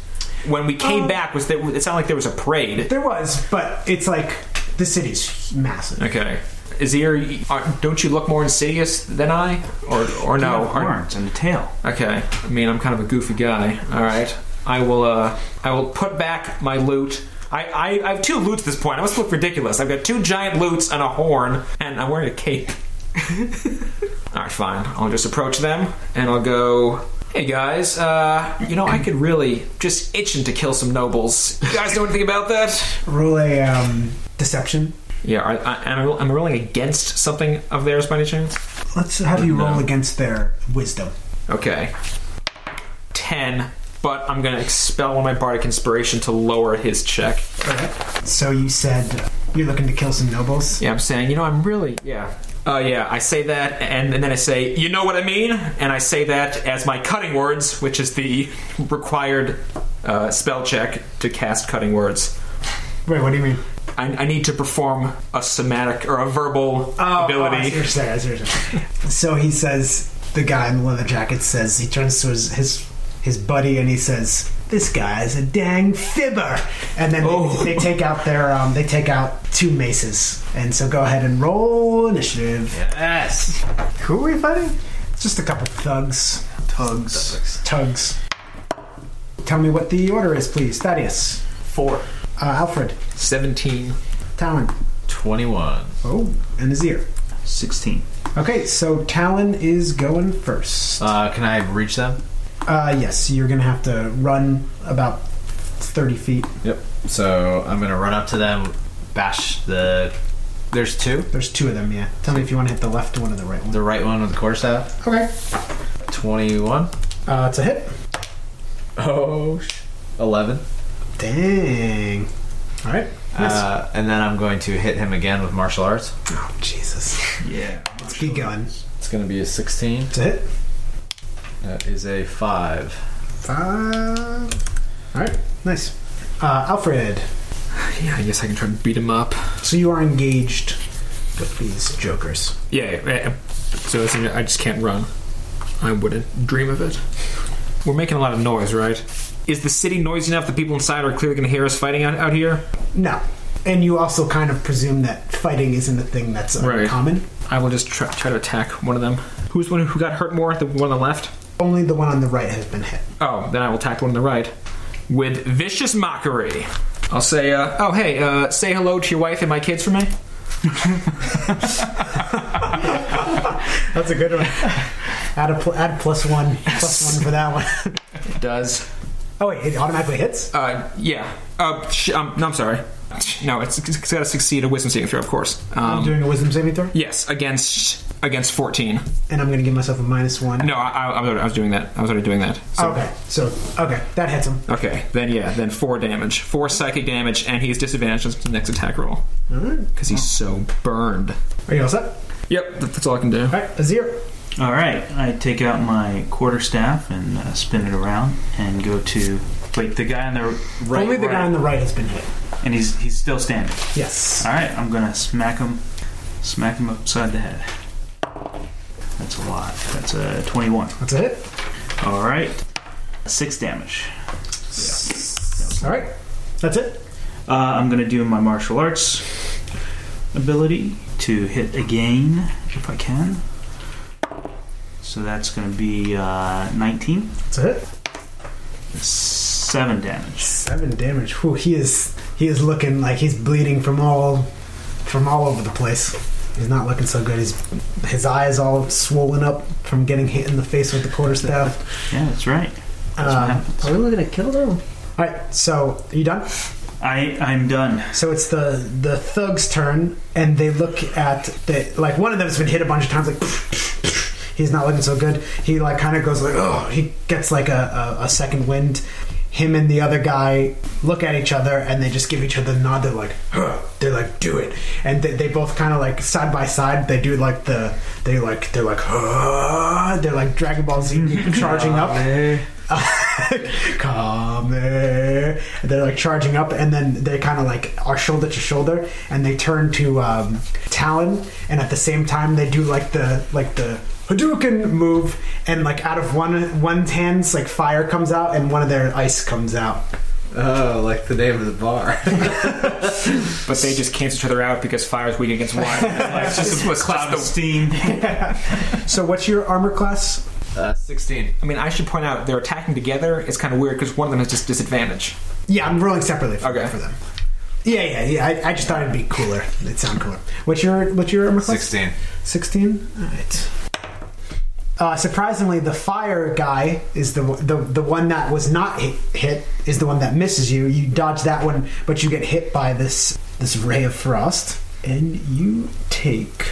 Speaker 7: When we came back, was there, it sounded like there was a parade.
Speaker 3: There was, but it's like the city's massive.
Speaker 7: Okay. Is here, are, don't you look more insidious than I? Or, or no?
Speaker 1: You have
Speaker 7: Aren't-
Speaker 1: horns and a tail.
Speaker 7: Okay. I mean, I'm kind of a goofy guy. All right. I will. Uh, I will put back my loot. I, I, I have two loots at this point. I must look ridiculous. I've got two giant loots and a horn, and I'm wearing a cape. All right, fine. I'll just approach them, and I'll go. Hey guys, uh, you know I could really just itching to kill some nobles. You guys know anything about that?
Speaker 3: Roll a um, deception.
Speaker 7: Yeah, I, I, am I, am I rolling against something of theirs by any chance?
Speaker 3: Let's have you roll
Speaker 7: No.
Speaker 3: against their wisdom.
Speaker 7: Okay. Ten, but I'm gonna expel my bardic inspiration to lower his check.
Speaker 3: So you said you're looking to kill some nobles.
Speaker 7: Yeah, I'm saying, you know, I'm really, yeah. Oh, yeah, I say that, and, and then I say, you know what I mean? And I say that as my cutting words, which is the required uh, spell check to cast cutting words.
Speaker 3: Wait, what do you mean?
Speaker 7: I, I need to perform a somatic or a verbal
Speaker 3: Oh, I see what
Speaker 7: ability.
Speaker 3: you're saying, I see what you're saying. so he says, the guy in the leather jacket says, he turns to his his, his buddy and he says, "This guy's a dang fibber." And then they,
Speaker 7: Oh.
Speaker 3: they take out their um, they take out two maces. And so go ahead and roll initiative.
Speaker 6: Yes.
Speaker 3: Who are we fighting? It's just a couple thugs,
Speaker 1: Tugs.
Speaker 3: tugs. Tell me what the order is, please. Thaddeus,
Speaker 1: Four.
Speaker 3: uh, Alfred,
Speaker 7: 17.
Speaker 3: Talon,
Speaker 14: Twenty-one.
Speaker 3: oh, and Azir.
Speaker 1: 16.
Speaker 3: Okay, so Talon is going first.
Speaker 14: Uh, can I reach them?
Speaker 3: Uh, yes, you're gonna have to run about thirty feet.
Speaker 14: Yep.
Speaker 8: So
Speaker 14: I'm gonna run up to them, bash the. There's two.
Speaker 3: There's two of them. Yeah. Tell me if you want to hit the left one or the right one.
Speaker 14: The right one with the quarterstaff.
Speaker 3: Okay.
Speaker 14: Twenty-one.
Speaker 3: Uh, it's a hit.
Speaker 14: Oh. sh- Eleven.
Speaker 3: Dang. All right. Yes.
Speaker 14: Uh, and then I'm going to hit him again with martial arts.
Speaker 3: oh Jesus.
Speaker 14: Yeah.
Speaker 3: Let's keep going.
Speaker 14: It's gonna be a sixteen.
Speaker 3: It's a hit.
Speaker 14: That is a five.
Speaker 3: Five. All right. Nice. Uh, Alfred.
Speaker 4: Yeah, I guess I can try and beat him up.
Speaker 3: So you are engaged with these jokers.
Speaker 4: Yeah, yeah, yeah. so it's, I just can't run. I wouldn't dream of it. We're making a lot of noise, right? Is the city noisy enough that people inside are clearly going to hear us fighting out, out here?
Speaker 3: No. And you also kind of presume that fighting isn't a thing that's
Speaker 4: Right.
Speaker 3: uncommon.
Speaker 4: I will just try, try to attack one of them. Who's the one who got hurt more? The one on the left?
Speaker 3: Only the one on the right has been hit.
Speaker 4: Oh, then I will attack the one on the right with vicious mockery. I'll say, uh, oh hey, uh, say hello to your wife and my kids for me.
Speaker 3: That's a good one. add a pl- add plus one, plus one for that one.
Speaker 4: Does
Speaker 3: Oh wait, it automatically hits.
Speaker 4: Uh, yeah. Uh, sh- um, no, I'm sorry. No, it's, it's got to succeed a wisdom saving throw, of course.
Speaker 3: I'm
Speaker 4: Um,
Speaker 3: doing a wisdom saving throw,
Speaker 4: yes, against against 14.
Speaker 3: and I'm going to give myself a minus one.
Speaker 4: No, I, I, I was already- I was doing that. I was already doing that. So,
Speaker 3: Okay, so okay, that hits him.
Speaker 4: okay, then yeah, then four damage, four psychic damage, and he's disadvantaged on the next attack roll
Speaker 3: All right,
Speaker 4: because he's so burned.
Speaker 3: are you all set?
Speaker 4: Yep, that, that's all I can do.
Speaker 3: All right, Azir.
Speaker 1: All right, I take out my quarterstaff and uh, spin it around and go to wait the guy on the right.
Speaker 3: Only the
Speaker 1: right,
Speaker 3: guy on the right has been hit.
Speaker 1: and he's he's still standing.
Speaker 3: Yes.
Speaker 1: All right, I'm gonna smack him, smack him upside the head. That's a lot. That's a 21.
Speaker 3: That's a hit.
Speaker 1: All right, six damage.
Speaker 3: All right, that's it.
Speaker 1: Uh, I'm gonna do my martial arts ability to hit again if I can. So that's gonna be uh, 19,
Speaker 3: That's a hit.
Speaker 1: seven damage.
Speaker 3: Seven damage. Whew, he is he is looking like he's bleeding from all from all over the place. He's not looking so good. He's his eyes all swollen up from getting hit in the face with the quarterstaff.
Speaker 1: Yeah, that's right. That's what
Speaker 3: Uh,
Speaker 1: happens.
Speaker 6: Are we looking at kill them?
Speaker 3: all right, so are you done?
Speaker 1: I I'm done.
Speaker 3: So it's the the thug's turn, and they look at the like one of them's been hit a bunch of times. Like he's not looking so good. He like kind of goes like oh, he gets like a, a, a second wind. Him and the other guy look at each other, and they just give each other a nod. They're like "Huh." they're like do it, and they, they both kind of like side by side. They do like the they like they're like "Huh." they're like Dragon Ball Z charging up. Come here. And They're like charging up, and then they kind of like are shoulder to shoulder, and they turn to um, Talon, and at the same time they do like the like the Hadouken move, and like out of one one's hands like fire comes out, and one of their ice comes out.
Speaker 14: Oh, like the name of the bar.
Speaker 4: But they just cancel each other out because fire is weak against water. it's just a cloud of steam.
Speaker 3: So what's your armor class?
Speaker 14: Uh, Sixteen.
Speaker 4: I mean, I should point out they're attacking together. It's kind of weird because one of them has just disadvantage.
Speaker 3: Yeah, I'm rolling separately for,
Speaker 4: Okay.
Speaker 3: for them. Yeah, yeah, yeah. I, I just thought it'd be cooler. It'd sound cooler. What's your what's your armor class?
Speaker 14: Sixteen.
Speaker 3: 16 all right uh, surprisingly the fire guy is the, the the one that was not hit, hit is the one that misses you you dodge that one but you get hit by this this ray of frost and you take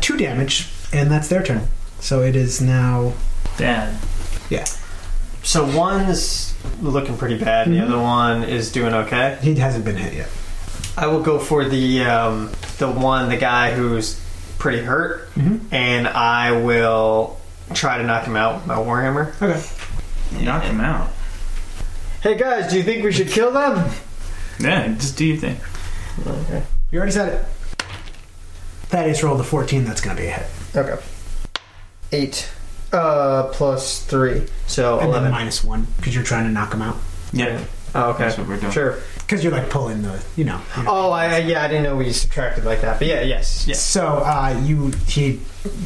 Speaker 3: two damage and that's their turn so it is now
Speaker 1: Dad.
Speaker 3: yeah
Speaker 6: So one's looking pretty bad, and the other one is doing okay.
Speaker 3: he hasn't been hit yet
Speaker 6: I will go for the um, the one, the guy who's pretty hurt, and I will try to knock him out with my warhammer.
Speaker 3: okay
Speaker 1: Knock him out.
Speaker 6: Hey guys, do you think we should kill them?
Speaker 1: Yeah, just do your thing.
Speaker 6: Okay.
Speaker 3: you already said it Thaddeus rolled a 14 that's gonna be a hit
Speaker 6: Okay. Eight. Uh, plus three, so
Speaker 3: and then
Speaker 6: eleven.
Speaker 3: minus one because you're trying to knock him out
Speaker 1: Yeah,
Speaker 6: Oh, okay.
Speaker 1: that's what we're doing.
Speaker 6: Sure.
Speaker 3: because you're like pulling the you know you know.
Speaker 6: Oh, I, I- yeah, I didn't know we subtracted like that, but yeah, yes.
Speaker 1: Yeah.
Speaker 3: So uh, you he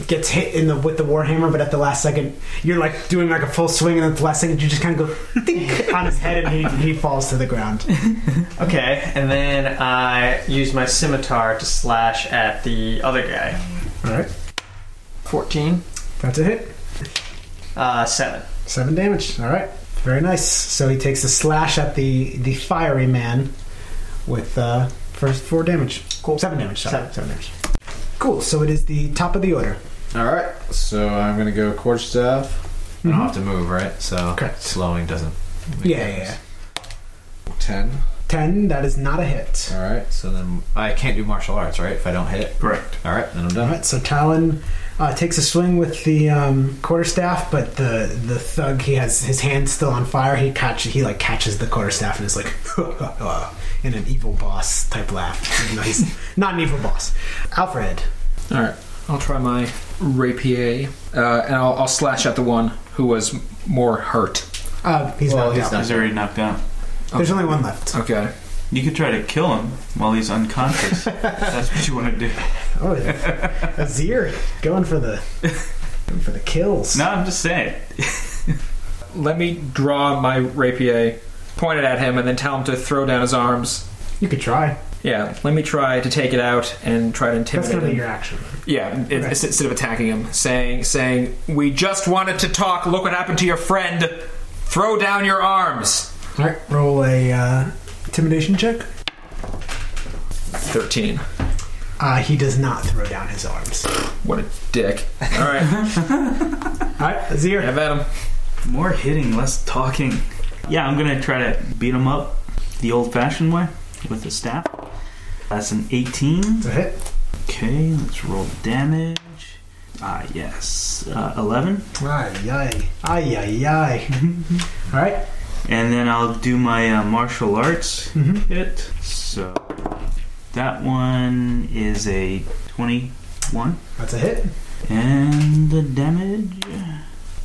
Speaker 3: gets hit in the with the warhammer, but at the last second, you're like doing like a full swing, and at the last second, you just kind of go think on his head, and he, he falls to the ground.
Speaker 6: Okay, and then I use my scimitar to slash at the other guy.
Speaker 3: All right,
Speaker 6: 14.
Speaker 3: That's a hit.
Speaker 6: Uh, 7.
Speaker 3: Seven damage. All right. Very nice. So he takes a slash at the the fiery man with uh, first four damage. Cool. Seven damage. Sorry.
Speaker 6: Seven.
Speaker 3: Seven. damage. Cool. So it is the top of the order.
Speaker 14: All right, Mm-hmm. so I'm gonna go quarterstaff. I don't have to move, right? So
Speaker 3: Correct.
Speaker 14: slowing doesn't. make
Speaker 3: Yeah, yeah,
Speaker 14: sense.
Speaker 3: yeah.
Speaker 14: Ten.
Speaker 3: Ten. That is not a hit.
Speaker 14: All right, so then I can't do martial arts, right? If I don't hit.
Speaker 1: Correct.
Speaker 14: All right, then I'm
Speaker 3: All
Speaker 14: done.
Speaker 3: right. So Talon uh, takes a swing with the um, quarterstaff, but the the thug he has his hand still on fire. He catch he like catches the quarterstaff and is like. In an evil boss type laugh. Even though he's not an evil boss. Alfred.
Speaker 4: All right, I'll try my rapier, uh, and I'll, I'll slash at the one who was m- more hurt.
Speaker 3: Uh, he's
Speaker 14: Well,
Speaker 3: knocked
Speaker 14: he's
Speaker 3: out.
Speaker 14: not-
Speaker 1: He's already knocked down.
Speaker 3: There's only one left.
Speaker 4: Okay,
Speaker 1: You could try to kill him while he's unconscious. That's what you want to do.
Speaker 3: Oh, Azir going for the going for the kills.
Speaker 1: No, I'm just saying.
Speaker 4: let me draw my rapier, point it at him, and then tell him to throw down his arms.
Speaker 3: You could try.
Speaker 4: Yeah, let me try to take it out and try to
Speaker 3: That's
Speaker 4: intimidate
Speaker 3: gonna be
Speaker 4: him.
Speaker 3: your action.
Speaker 4: Yeah, it,
Speaker 3: Right.
Speaker 4: instead of attacking him, saying, saying, "We just wanted to talk. Look what happened to your friend. Throw down your arms."
Speaker 3: All right, roll a uh, intimidation check.
Speaker 4: Thirteen.
Speaker 3: Uh, he does not throw down his arms. All
Speaker 4: What a dick. All right,
Speaker 3: right, Azir.
Speaker 4: have at him.
Speaker 1: More hitting, less talking. Yeah, I'm gonna try to beat him up the old-fashioned way with the staff. That's an 18.
Speaker 3: It's a hit.
Speaker 1: Okay, let's roll damage. Ah, yes, uh, 11.
Speaker 3: Ay ay ay ay ay. All right,
Speaker 1: And then I'll do my uh, martial arts
Speaker 3: Mhm.
Speaker 1: hit. So that one is a 21.
Speaker 3: that's a hit.
Speaker 1: And the damage?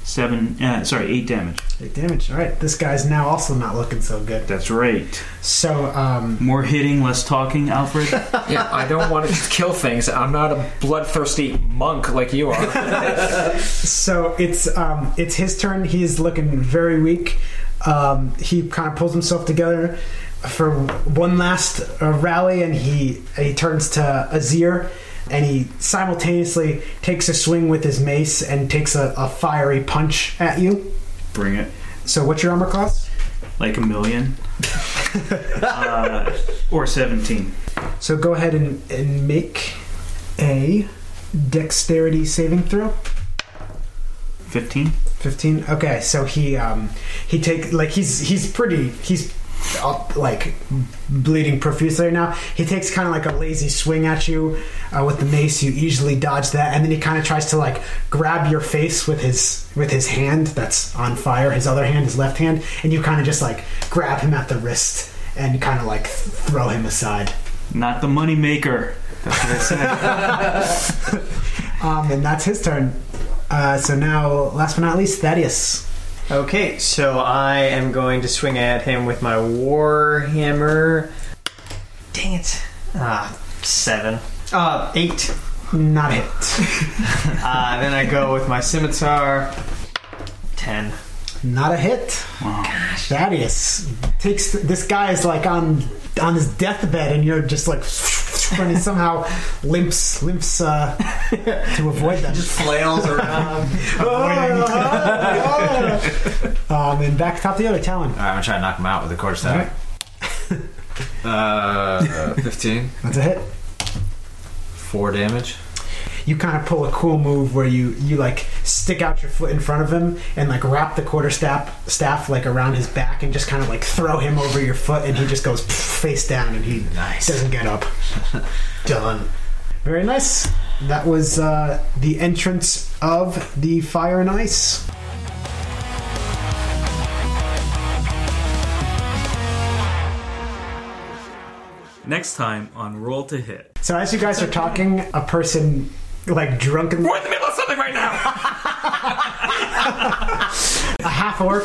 Speaker 1: Seven, uh, sorry, eight damage.
Speaker 3: Eight damage. All right, this guy's now also not looking so good.
Speaker 1: That's right.
Speaker 3: So, um,
Speaker 1: More hitting, less talking, Alfred.
Speaker 4: Yeah, I don't want to just kill things. I'm not a bloodthirsty monk like you are.
Speaker 3: so it's um, it's his turn. He's looking very weak. Um, he kind of pulls himself together for one last uh, rally, and he he turns to Azir, and he simultaneously takes a swing with his mace and takes a, a fiery punch at you.
Speaker 1: Bring it.
Speaker 3: So, what's your armor class?
Speaker 1: Like a million. uh, or 17.
Speaker 3: So, go ahead and, and make a dexterity saving throw.
Speaker 1: 15?
Speaker 3: 15 okay so he um he take like he's he's pretty he's up, like bleeding profusely right now he takes kind of like a lazy swing at you uh, with the mace you easily dodge that and then he kind of tries to like grab your face with his with his hand that's on fire his other hand his left hand and you kind of just like grab him at the wrist and kind of like throw him aside
Speaker 1: Not the moneymaker. That's what I said.
Speaker 3: um and that's his turn uh so now last but not least thaddeus
Speaker 6: Okay, so I am going to swing at him with my war hammer. Dang it. Ah, 7. Uh, 8.
Speaker 3: not a hit
Speaker 6: Uh, then I go with my scimitar. 10.
Speaker 3: Not a hit. Thaddeus takes this guy is like on on his deathbed, and you're just like, and he somehow limps limps uh, to avoid that.
Speaker 6: Flails around.
Speaker 3: um, and back top the other talon.
Speaker 14: All right, I'm gonna try to knock him out with a quarterstaff. uh, fifteen.
Speaker 3: That's a hit.
Speaker 14: Four damage.
Speaker 3: You kind of pull a cool move where you you like stick out your foot in front of him and like wrap the quarter staff staff like around his back and just kind of like throw him over your foot, and he just goes face down, and he
Speaker 14: Nice.
Speaker 3: doesn't get up.
Speaker 6: Done.
Speaker 3: Very nice. That was uh, the entrance of the Fire and Ice.
Speaker 1: Next time on Roll to Hit.
Speaker 3: So as you guys are talking, a person like drunken,
Speaker 4: We're in the middle of something right now.
Speaker 3: a half orc.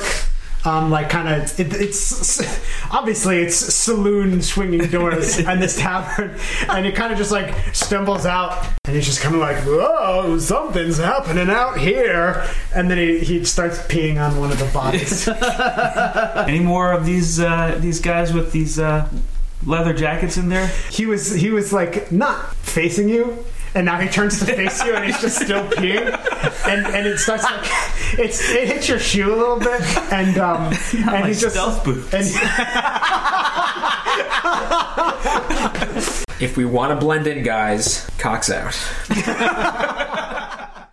Speaker 3: Um, like kind of, it, it's obviously it's saloon swinging doors and this tavern, and it kind of just like stumbles out, and he's just kind of like, "Whoa, something's happening out here," and then he, he starts peeing on one of the bodies.
Speaker 1: Any more of these uh, these guys with these uh, leather jackets in there?
Speaker 3: he was he was like not facing you and now he turns to face you, and he's just still peeing, and and it starts like it's it hits your shoe a little bit, and um and
Speaker 1: my
Speaker 3: he's just
Speaker 1: stealth boots.
Speaker 3: and
Speaker 4: If we want to blend in, guys, cocks out.